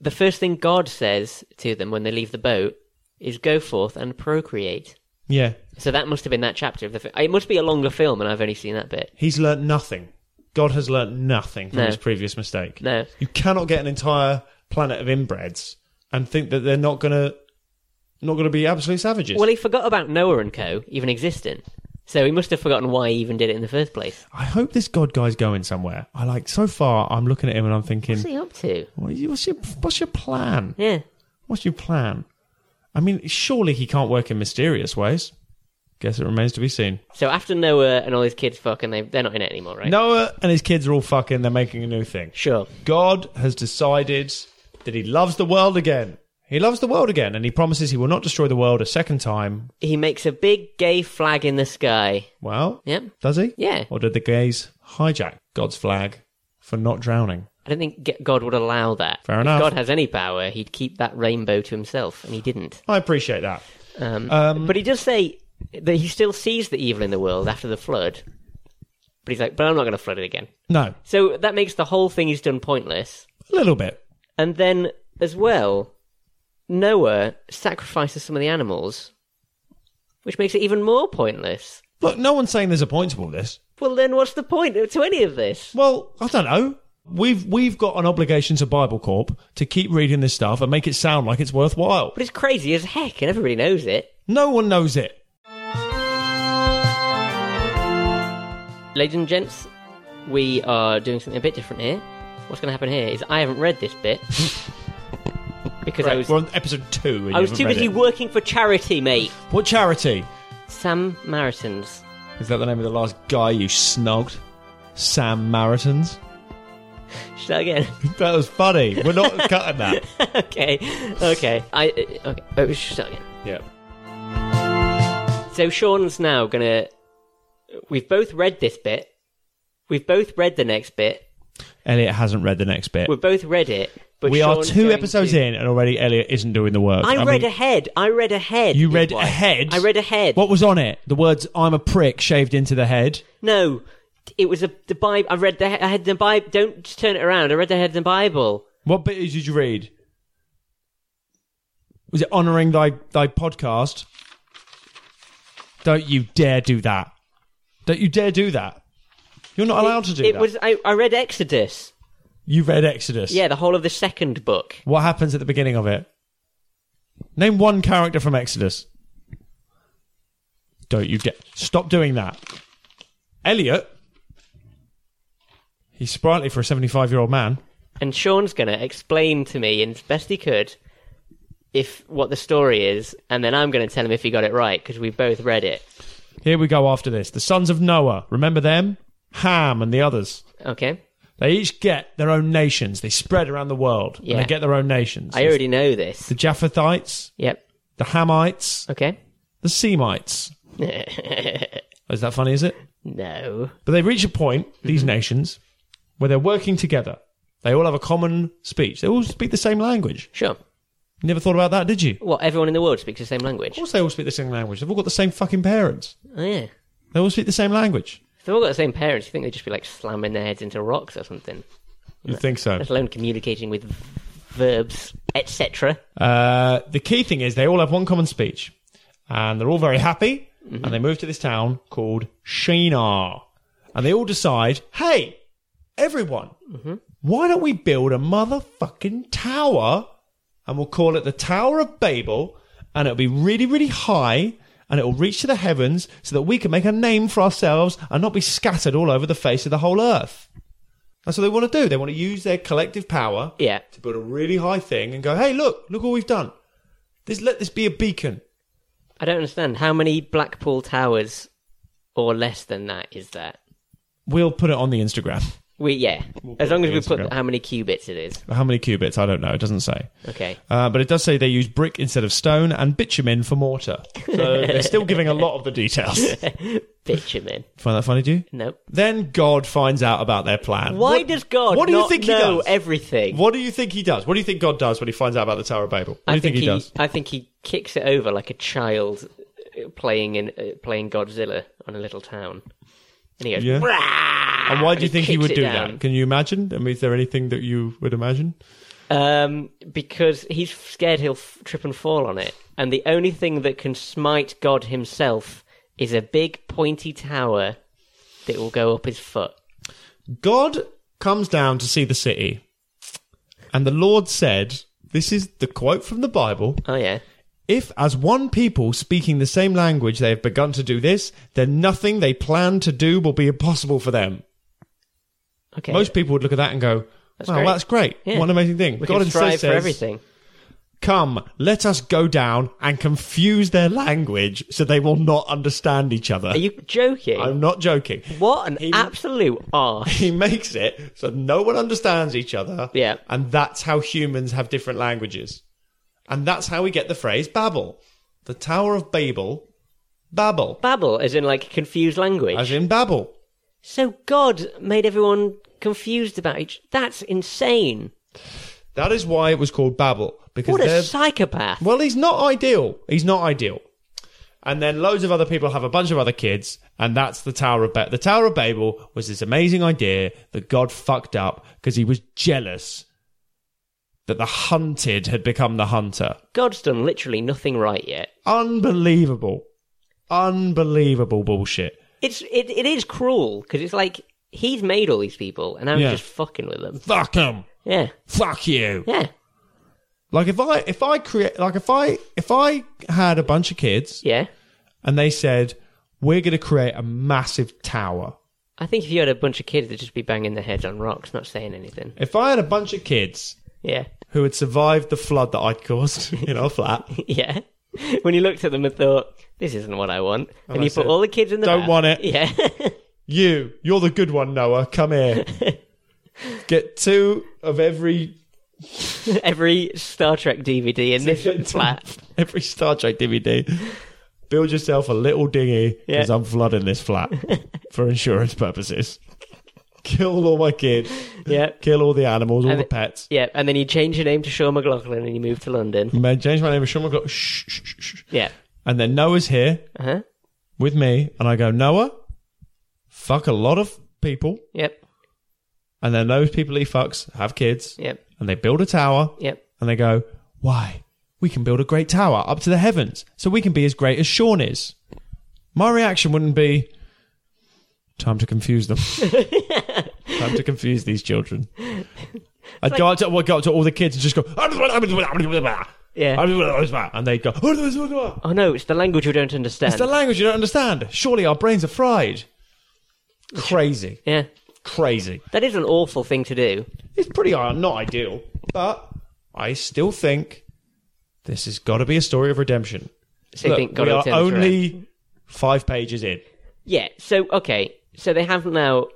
[SPEAKER 1] The first thing God says to them when they leave the boat is, "Go forth and procreate."
[SPEAKER 2] Yeah.
[SPEAKER 1] So that must have been that chapter of the. Fi- it must be a longer film, and I've only seen that bit.
[SPEAKER 2] He's learnt nothing. God has learnt nothing from
[SPEAKER 1] No.
[SPEAKER 2] his previous mistake.
[SPEAKER 1] No,
[SPEAKER 2] You cannot get an entire planet of inbreds and think that they're not gonna not gonna be absolute savages.
[SPEAKER 1] Well, he forgot about Noah and Co. even existing. So he must have forgotten why he even did it in the first place.
[SPEAKER 2] I hope this God guy's going somewhere. I like so far. I'm looking at him and I'm thinking,
[SPEAKER 1] What's he up to?
[SPEAKER 2] what is- what's your what's your plan?
[SPEAKER 1] Yeah.
[SPEAKER 2] What's your plan? I mean, surely he can't work in mysterious ways. Guess it remains to be seen.
[SPEAKER 1] So after Noah and all his kids fuck, and they they're not in it anymore, right?
[SPEAKER 2] Noah and his kids are all fucking. They're making a new thing.
[SPEAKER 1] Sure.
[SPEAKER 2] God has decided that he loves the world again. He loves the world again, and he promises he will not destroy the world a second time.
[SPEAKER 1] He makes a big gay flag in the sky.
[SPEAKER 2] Well,
[SPEAKER 1] Yep.
[SPEAKER 2] does he?
[SPEAKER 1] Yeah.
[SPEAKER 2] Or did the gays hijack God's flag for not drowning?
[SPEAKER 1] I don't think G- God would allow that.
[SPEAKER 2] Fair
[SPEAKER 1] if
[SPEAKER 2] enough.
[SPEAKER 1] God has any power, he'd keep that rainbow to himself, and he didn't.
[SPEAKER 2] I appreciate that.
[SPEAKER 1] Um,
[SPEAKER 2] Um,
[SPEAKER 1] but he does say that he still sees the evil in the world after the flood. But he's like, but I'm not going to flood it again.
[SPEAKER 2] No,
[SPEAKER 1] So that makes the whole thing he's done pointless.
[SPEAKER 2] a little bit.
[SPEAKER 1] And then, as well, Noah sacrifices some of the animals, which makes it even more pointless.
[SPEAKER 2] Look, no one's saying there's a point to all this.
[SPEAKER 1] Well, then what's the point to any of this?
[SPEAKER 2] Well, I don't know. We've we've got an obligation to Bible Corp to keep reading this stuff and make it sound like it's worthwhile.
[SPEAKER 1] But it's crazy as heck, and everybody knows it.
[SPEAKER 2] No one knows it.
[SPEAKER 1] Ladies and gents, we are doing something a bit different here. What's going to happen here is I haven't read this
[SPEAKER 2] [laughs]
[SPEAKER 1] bit because I was
[SPEAKER 2] We're on episode two. and you
[SPEAKER 1] I was
[SPEAKER 2] haven't
[SPEAKER 1] too
[SPEAKER 2] read
[SPEAKER 1] busy
[SPEAKER 2] it.
[SPEAKER 1] working for charity, mate.
[SPEAKER 2] What charity?
[SPEAKER 1] Sam Maritons.
[SPEAKER 2] Is that the name of the last guy you snogged? Sam Maritons.
[SPEAKER 1] Should I again?
[SPEAKER 2] [laughs] That was funny. We're not cutting that.
[SPEAKER 1] [laughs] okay, okay. I uh, okay. Oh, should I again?
[SPEAKER 2] Yeah.
[SPEAKER 1] So Sean's now gonna. We've both read this bit. We've both read the next bit.
[SPEAKER 2] Elliot hasn't read the next bit.
[SPEAKER 1] We've both read it. But
[SPEAKER 2] We are
[SPEAKER 1] Sean's
[SPEAKER 2] two
[SPEAKER 1] going
[SPEAKER 2] episodes
[SPEAKER 1] to-
[SPEAKER 2] in, and already Elliot isn't doing the work.
[SPEAKER 1] I, read
[SPEAKER 2] mean,
[SPEAKER 1] ahead. I read ahead.
[SPEAKER 2] You
[SPEAKER 1] is
[SPEAKER 2] read
[SPEAKER 1] why.
[SPEAKER 2] ahead?
[SPEAKER 1] I read ahead.
[SPEAKER 2] What was on it? The words "I'm a prick" shaved into the head.
[SPEAKER 1] No, it was a, the Bible. I read the I had the Bible. Don't just turn it around. I read the head of the Bible.
[SPEAKER 2] What bit did you read? Was it honouring thy thy podcast? Don't you dare do that! Don't you dare do that! You're not allowed to do
[SPEAKER 1] it
[SPEAKER 2] that.
[SPEAKER 1] was. I, I read Exodus.
[SPEAKER 2] you read Exodus.
[SPEAKER 1] Yeah, the whole of the second book.
[SPEAKER 2] What happens at the beginning of it? Name one character from Exodus. Don't you get stop doing that. Elliot. He's sprightly for a seventy-five year old man.
[SPEAKER 1] And Sean's gonna explain to me, in as best he could, if what the story is, and then I'm gonna tell him if he got it right because we both read it.
[SPEAKER 2] Here we go after this. The sons of Noah, remember them? Ham and the others.
[SPEAKER 1] Okay.
[SPEAKER 2] They each get their own nations. They spread around the world.
[SPEAKER 1] Yeah.
[SPEAKER 2] And they get their own nations.
[SPEAKER 1] I already know this.
[SPEAKER 2] the Japhethites,
[SPEAKER 1] Yep.
[SPEAKER 2] the Hamites,
[SPEAKER 1] Okay. [laughs]
[SPEAKER 2] the Semites. Is that funny, is it?
[SPEAKER 1] no.
[SPEAKER 2] But they reach a point,
[SPEAKER 1] Mm-hmm.
[SPEAKER 2] these nations, where they're working together. They all have a common speech. They all speak the same language.
[SPEAKER 1] Sure.
[SPEAKER 2] You never thought about that, did you? Of
[SPEAKER 1] What? Everyone in the world speaks the same language.
[SPEAKER 2] course they all speak the same language. They've all got the same fucking parents.
[SPEAKER 1] Oh, yeah.
[SPEAKER 2] They all speak the same language.
[SPEAKER 1] If they've all got the same parents, you think they'd just be like slamming their heads into rocks or something,
[SPEAKER 2] You
[SPEAKER 1] [laughs]
[SPEAKER 2] think so?
[SPEAKER 1] let alone communicating with v- verbs, etc.
[SPEAKER 2] Uh, the key thing is they all have one common speech, and they're all very happy, and they move to this town called Shinar, and they all decide, hey, everyone, why don't we build a motherfucking tower, and we'll call it the Tower of Babel, and it'll be really, really high. And it will reach to the heavens so that we can make a name for ourselves and not be scattered all over the face of the whole earth. That's what they want to do. They want to use their collective power
[SPEAKER 1] Yeah.
[SPEAKER 2] to build a really high thing and go, hey, look, look what we've done. This, let this be a beacon.
[SPEAKER 1] I don't understand how many Blackpool towers or less than that is that.
[SPEAKER 2] We'll put it on the Instagram.
[SPEAKER 1] We yeah. as long as we put
[SPEAKER 2] Instagram.
[SPEAKER 1] how many qubits it is.
[SPEAKER 2] How many qubits? I don't know. It doesn't say.
[SPEAKER 1] Okay.
[SPEAKER 2] Uh, but it does say they use brick instead of stone and bitumen for mortar. So they're still giving a lot of
[SPEAKER 1] [laughs]
[SPEAKER 2] the details.
[SPEAKER 1] Bitumen.
[SPEAKER 2] Find that funny, do you?
[SPEAKER 1] No.
[SPEAKER 2] Then God finds out about their plan.
[SPEAKER 1] Why
[SPEAKER 2] What-
[SPEAKER 1] does God
[SPEAKER 2] what do
[SPEAKER 1] not
[SPEAKER 2] you think
[SPEAKER 1] know
[SPEAKER 2] he does?
[SPEAKER 1] everything?
[SPEAKER 2] what do you think he does? What do you think God does when he finds out about the Tower of Babel? What do you think, he, does?
[SPEAKER 1] I think he kicks it over like a child uh, playing in uh, playing Godzilla on a little town. And he goes,
[SPEAKER 2] Yeah.
[SPEAKER 1] "Rah!"
[SPEAKER 2] And why do you
[SPEAKER 1] he
[SPEAKER 2] think he
[SPEAKER 1] kicks
[SPEAKER 2] would
[SPEAKER 1] it
[SPEAKER 2] do
[SPEAKER 1] down.
[SPEAKER 2] that? Can you imagine? I mean, is there anything that you would imagine?
[SPEAKER 1] Um, because he's scared he'll f- trip and fall on it. And the only thing that can smite God himself is a big pointy tower that will go up his foot.
[SPEAKER 2] God comes down to see the city, and the Lord said, This is the quote from the Bible
[SPEAKER 1] Oh, yeah.
[SPEAKER 2] If, as one people speaking the same language, they have begun to do this, then nothing they plan to do will be impossible for them.
[SPEAKER 1] Okay.
[SPEAKER 2] Most people would look at that and go,
[SPEAKER 1] That's
[SPEAKER 2] "Wow,
[SPEAKER 1] great.
[SPEAKER 2] that's great!
[SPEAKER 1] Yeah.
[SPEAKER 2] What an amazing thing!"
[SPEAKER 1] we
[SPEAKER 2] God
[SPEAKER 1] can
[SPEAKER 2] instead
[SPEAKER 1] strive for
[SPEAKER 2] says,
[SPEAKER 1] everything.
[SPEAKER 2] Come, let us go down and confuse their language so they will not understand each other.
[SPEAKER 1] Are you joking?
[SPEAKER 2] I'm not joking.
[SPEAKER 1] What an
[SPEAKER 2] He-
[SPEAKER 1] absolute
[SPEAKER 2] [laughs]
[SPEAKER 1] arse.
[SPEAKER 2] He makes it so no one understands each other.
[SPEAKER 1] Yeah.
[SPEAKER 2] And that's how humans have different languages. And that's how we get the phrase Babel. The Tower of Babel, Babel,
[SPEAKER 1] Babel, as in like confused language.
[SPEAKER 2] as in Babel.
[SPEAKER 1] So God made everyone confused about each. That's insane.
[SPEAKER 2] That is why it was called Babel. Because
[SPEAKER 1] What a
[SPEAKER 2] they're-
[SPEAKER 1] psychopath.
[SPEAKER 2] Well, he's not ideal. He's not ideal. And then loads of other people have a bunch of other kids, and that's the Tower of Babel. The Tower of Babel was this amazing idea that God fucked up because he was jealous that the hunted had become the hunter.
[SPEAKER 1] God's done literally nothing right yet.
[SPEAKER 2] Unbelievable. Unbelievable bullshit.
[SPEAKER 1] It's it, it is cruel because it's like he's made all these people and I'm
[SPEAKER 2] Yeah.
[SPEAKER 1] just fucking with them.
[SPEAKER 2] Fuck him.
[SPEAKER 1] Yeah,
[SPEAKER 2] Fuck you.
[SPEAKER 1] yeah,
[SPEAKER 2] Like if I if I create like if I if I had a bunch of kids
[SPEAKER 1] yeah.
[SPEAKER 2] and they said we're going to create a massive tower
[SPEAKER 1] I think if you had a bunch of kids, they'd just be banging their heads on rocks, not saying anything.
[SPEAKER 2] If I had a bunch of kids
[SPEAKER 1] Yeah, [laughs]
[SPEAKER 2] who had survived the flood that I'd caused [laughs] in our flat,
[SPEAKER 1] yeah. When you looked at them and thought, "This isn't what I want," and you
[SPEAKER 2] Oh, that's
[SPEAKER 1] put
[SPEAKER 2] it.
[SPEAKER 1] all the kids in the
[SPEAKER 2] Don't
[SPEAKER 1] back.
[SPEAKER 2] want it.
[SPEAKER 1] Yeah, [laughs]
[SPEAKER 2] you, you're the good one, Noah, come here. Get two of every
[SPEAKER 1] every Star Trek DVD in this
[SPEAKER 2] [laughs]
[SPEAKER 1] flat.
[SPEAKER 2] every Star Trek DVD. Build yourself a little dinghy because
[SPEAKER 1] Yeah.
[SPEAKER 2] I'm flooding
[SPEAKER 1] [laughs]
[SPEAKER 2] this flat for insurance purposes. Kill all my kids.
[SPEAKER 1] Yeah,
[SPEAKER 2] Kill all the animals, all
[SPEAKER 1] And
[SPEAKER 2] the
[SPEAKER 1] it-
[SPEAKER 2] pets.
[SPEAKER 1] yeah. And then you change your name to Sean McLaughlin and you move to London.
[SPEAKER 2] Man, change my name to Sean McLaughlin. Shh, shh, shh, shh.
[SPEAKER 1] Yeah.
[SPEAKER 2] And then Noah's here
[SPEAKER 1] Uh huh.
[SPEAKER 2] with me, and I go, Noah, fuck a lot of people.
[SPEAKER 1] Yep.
[SPEAKER 2] And then those people he fucks have kids
[SPEAKER 1] Yep.
[SPEAKER 2] and they build a tower
[SPEAKER 1] Yep.
[SPEAKER 2] and they go, Why? We can build a great tower up to the heavens so we can be as great as Sean is. My reaction wouldn't be, Time to confuse them. Time to confuse these children. I'd go, up to, I'd go up to all the kids and just go,
[SPEAKER 1] Yeah.
[SPEAKER 2] and they'd go, It's
[SPEAKER 1] Oh no, it's the language we don't understand.
[SPEAKER 2] the language you don't understand. Surely our brains are fried. Crazy.
[SPEAKER 1] yeah.
[SPEAKER 2] Crazy.
[SPEAKER 1] That is an awful thing to do.
[SPEAKER 2] It's pretty uh, not ideal, but I still think this has got to be a story of redemption.
[SPEAKER 1] So you
[SPEAKER 2] Look,
[SPEAKER 1] think God
[SPEAKER 2] we
[SPEAKER 1] will
[SPEAKER 2] are
[SPEAKER 1] turn us around.
[SPEAKER 2] only five pages in.
[SPEAKER 1] Yeah. So okay. So they have now.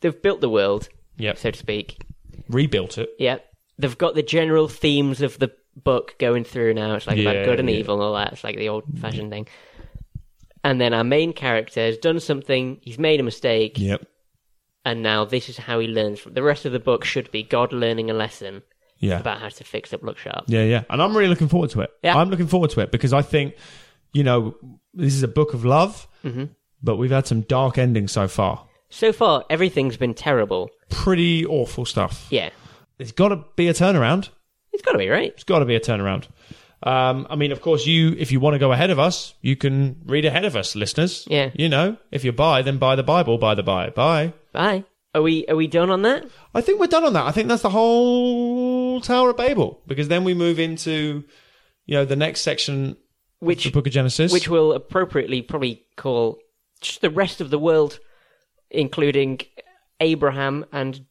[SPEAKER 1] They've built the world,
[SPEAKER 2] Yep.
[SPEAKER 1] so to speak.
[SPEAKER 2] Rebuilt it.
[SPEAKER 1] Yeah. They've got the general themes of the book going through now. It's like
[SPEAKER 2] Yeah,
[SPEAKER 1] about good and
[SPEAKER 2] yeah. Mm.
[SPEAKER 1] evil and all that. It's like the old fashioned thing. And then our main character has done something. He's made a mistake.
[SPEAKER 2] Yep.
[SPEAKER 1] and now this is how he learns from the rest of the book should be god learning a lesson
[SPEAKER 2] Yeah.
[SPEAKER 1] about how to fix up look sharp
[SPEAKER 2] Yeah, yeah. And I'm really looking forward to it.
[SPEAKER 1] Yeah.
[SPEAKER 2] I'm looking forward to it because I think, you know, this is a book of love,
[SPEAKER 1] Mm-hmm.
[SPEAKER 2] but we've had some dark endings so far.
[SPEAKER 1] so far everything's been terrible
[SPEAKER 2] Pretty awful stuff.
[SPEAKER 1] yeah
[SPEAKER 2] It's got to be a turnaround.
[SPEAKER 1] it's got to be right
[SPEAKER 2] It's got to be a turnaround. Um, I mean, of course, you if you want to go ahead of us, you can read ahead of us, listeners.
[SPEAKER 1] Yeah.
[SPEAKER 2] You know, if you buy, then buy the Bible, buy the buy, buy.
[SPEAKER 1] bye are we are we done on that
[SPEAKER 2] I think we're done on that. I think that's the whole Tower of Babel because then we move into, you know, the next section,
[SPEAKER 1] Which-
[SPEAKER 2] the Book of Genesis,
[SPEAKER 1] which we'll appropriately probably call just the rest of the world including abraham and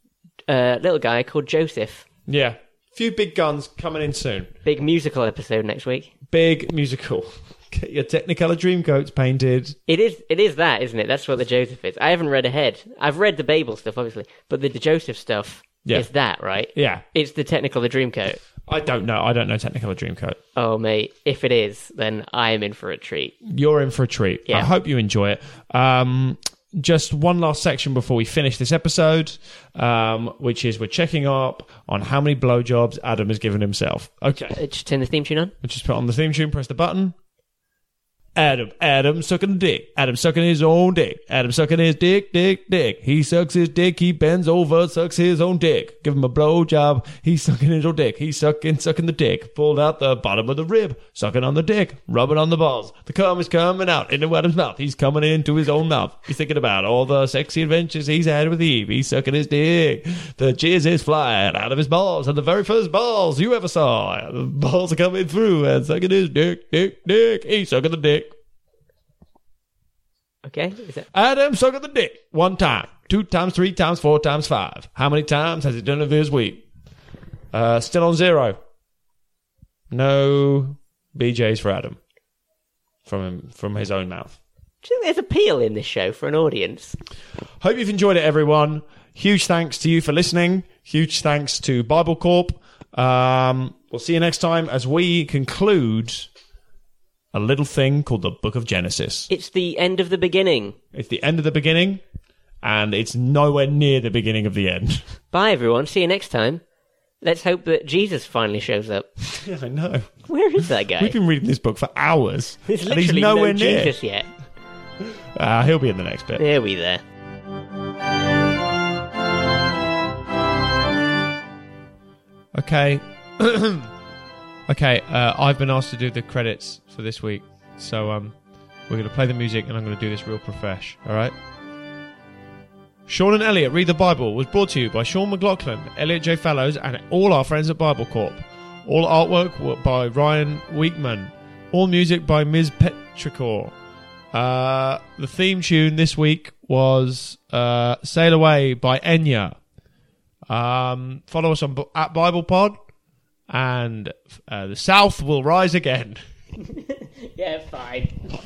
[SPEAKER 1] a little guy called joseph
[SPEAKER 2] yeah, few big guns coming in soon.
[SPEAKER 1] big musical episode next week
[SPEAKER 2] Big musical. [laughs] Get your Technicolor Dreamcoats painted.
[SPEAKER 1] it is it is that isn't it that's what the joseph is i haven't read ahead i've read the babel stuff obviously but the, joseph stuff
[SPEAKER 2] Yeah.
[SPEAKER 1] is that right
[SPEAKER 2] Yeah,
[SPEAKER 1] It's the technical the dream coat.
[SPEAKER 2] I don't know. I don't know Technicolor Dreamcoat.
[SPEAKER 1] Oh mate, if it is, then I am in for a treat.
[SPEAKER 2] you're in for a treat.
[SPEAKER 1] Yeah.
[SPEAKER 2] I hope you enjoy it. Um, just one last section before we finish this episode, um, which is we're checking up on how many blowjobs Adam has given himself. Okay,
[SPEAKER 1] Uh, Just turn the theme tune on.
[SPEAKER 2] let's just put on the theme tune, press the button. Adam, Adam sucking a dick. Adam sucking his own dick. Adam sucking his dick, dick, dick. He sucks his dick. He bends over, sucks his own dick. Give him a blowjob. He's sucking his own dick. He's sucking, sucking the dick. Pulled out the bottom of the rib. Sucking on the dick. Rubbing on the balls. The cum is coming out into Adam's mouth. He's coming into his own mouth. He's thinking about all the sexy adventures he's had with Eve. He's sucking his dick. The jizz is flying out of his balls. And the very first balls you ever saw. The balls are coming through and sucking his dick, dick, dick. He's sucking the dick.
[SPEAKER 1] Okay, is that
[SPEAKER 2] Adam sucking the dick one time, two times, three times, four times, five. How many times has he done it this week? Uh, still on zero. No BJ's for Adam from him, from his own mouth.
[SPEAKER 1] do you think there's appeal in this show for an audience?
[SPEAKER 3] Hope you've enjoyed it, everyone. Huge thanks to you for listening. Huge thanks to Bible Corp. Um, we'll see you next time as we conclude a little thing called the Book of Genesis.
[SPEAKER 1] It's the end of the beginning.
[SPEAKER 3] It's the end of the beginning, and it's nowhere near the beginning of the end. [laughs]
[SPEAKER 1] Bye, everyone. See you next time. Let's hope that Jesus finally shows up.
[SPEAKER 3] yeah, I know.
[SPEAKER 1] Where is that guy?
[SPEAKER 3] We've been reading this book for hours,
[SPEAKER 1] There's
[SPEAKER 3] and he's
[SPEAKER 1] literally
[SPEAKER 3] nowhere
[SPEAKER 1] no
[SPEAKER 3] near.
[SPEAKER 1] Jesus yet.
[SPEAKER 3] Uh, he'll be in the next bit.
[SPEAKER 1] There we there.
[SPEAKER 2] Okay. [clears throat] okay, uh, I've been asked to do the credits for this week. So um, we're going to play the music and I'm going to do this real profesh, all right? Sean and Elliot Read the Bible was brought to you by Sean McLaughlin, Elliot J. Fellows, and all our friends at Bible Corp. All artwork wa- by Ryan Weekman. All music by Ms. Petrichor. Uh, the theme tune this week was uh, Sail Away by Enya. Um, follow us on B- at Bible Pod, and uh, the South will rise again.
[SPEAKER 1] Yeah, fine.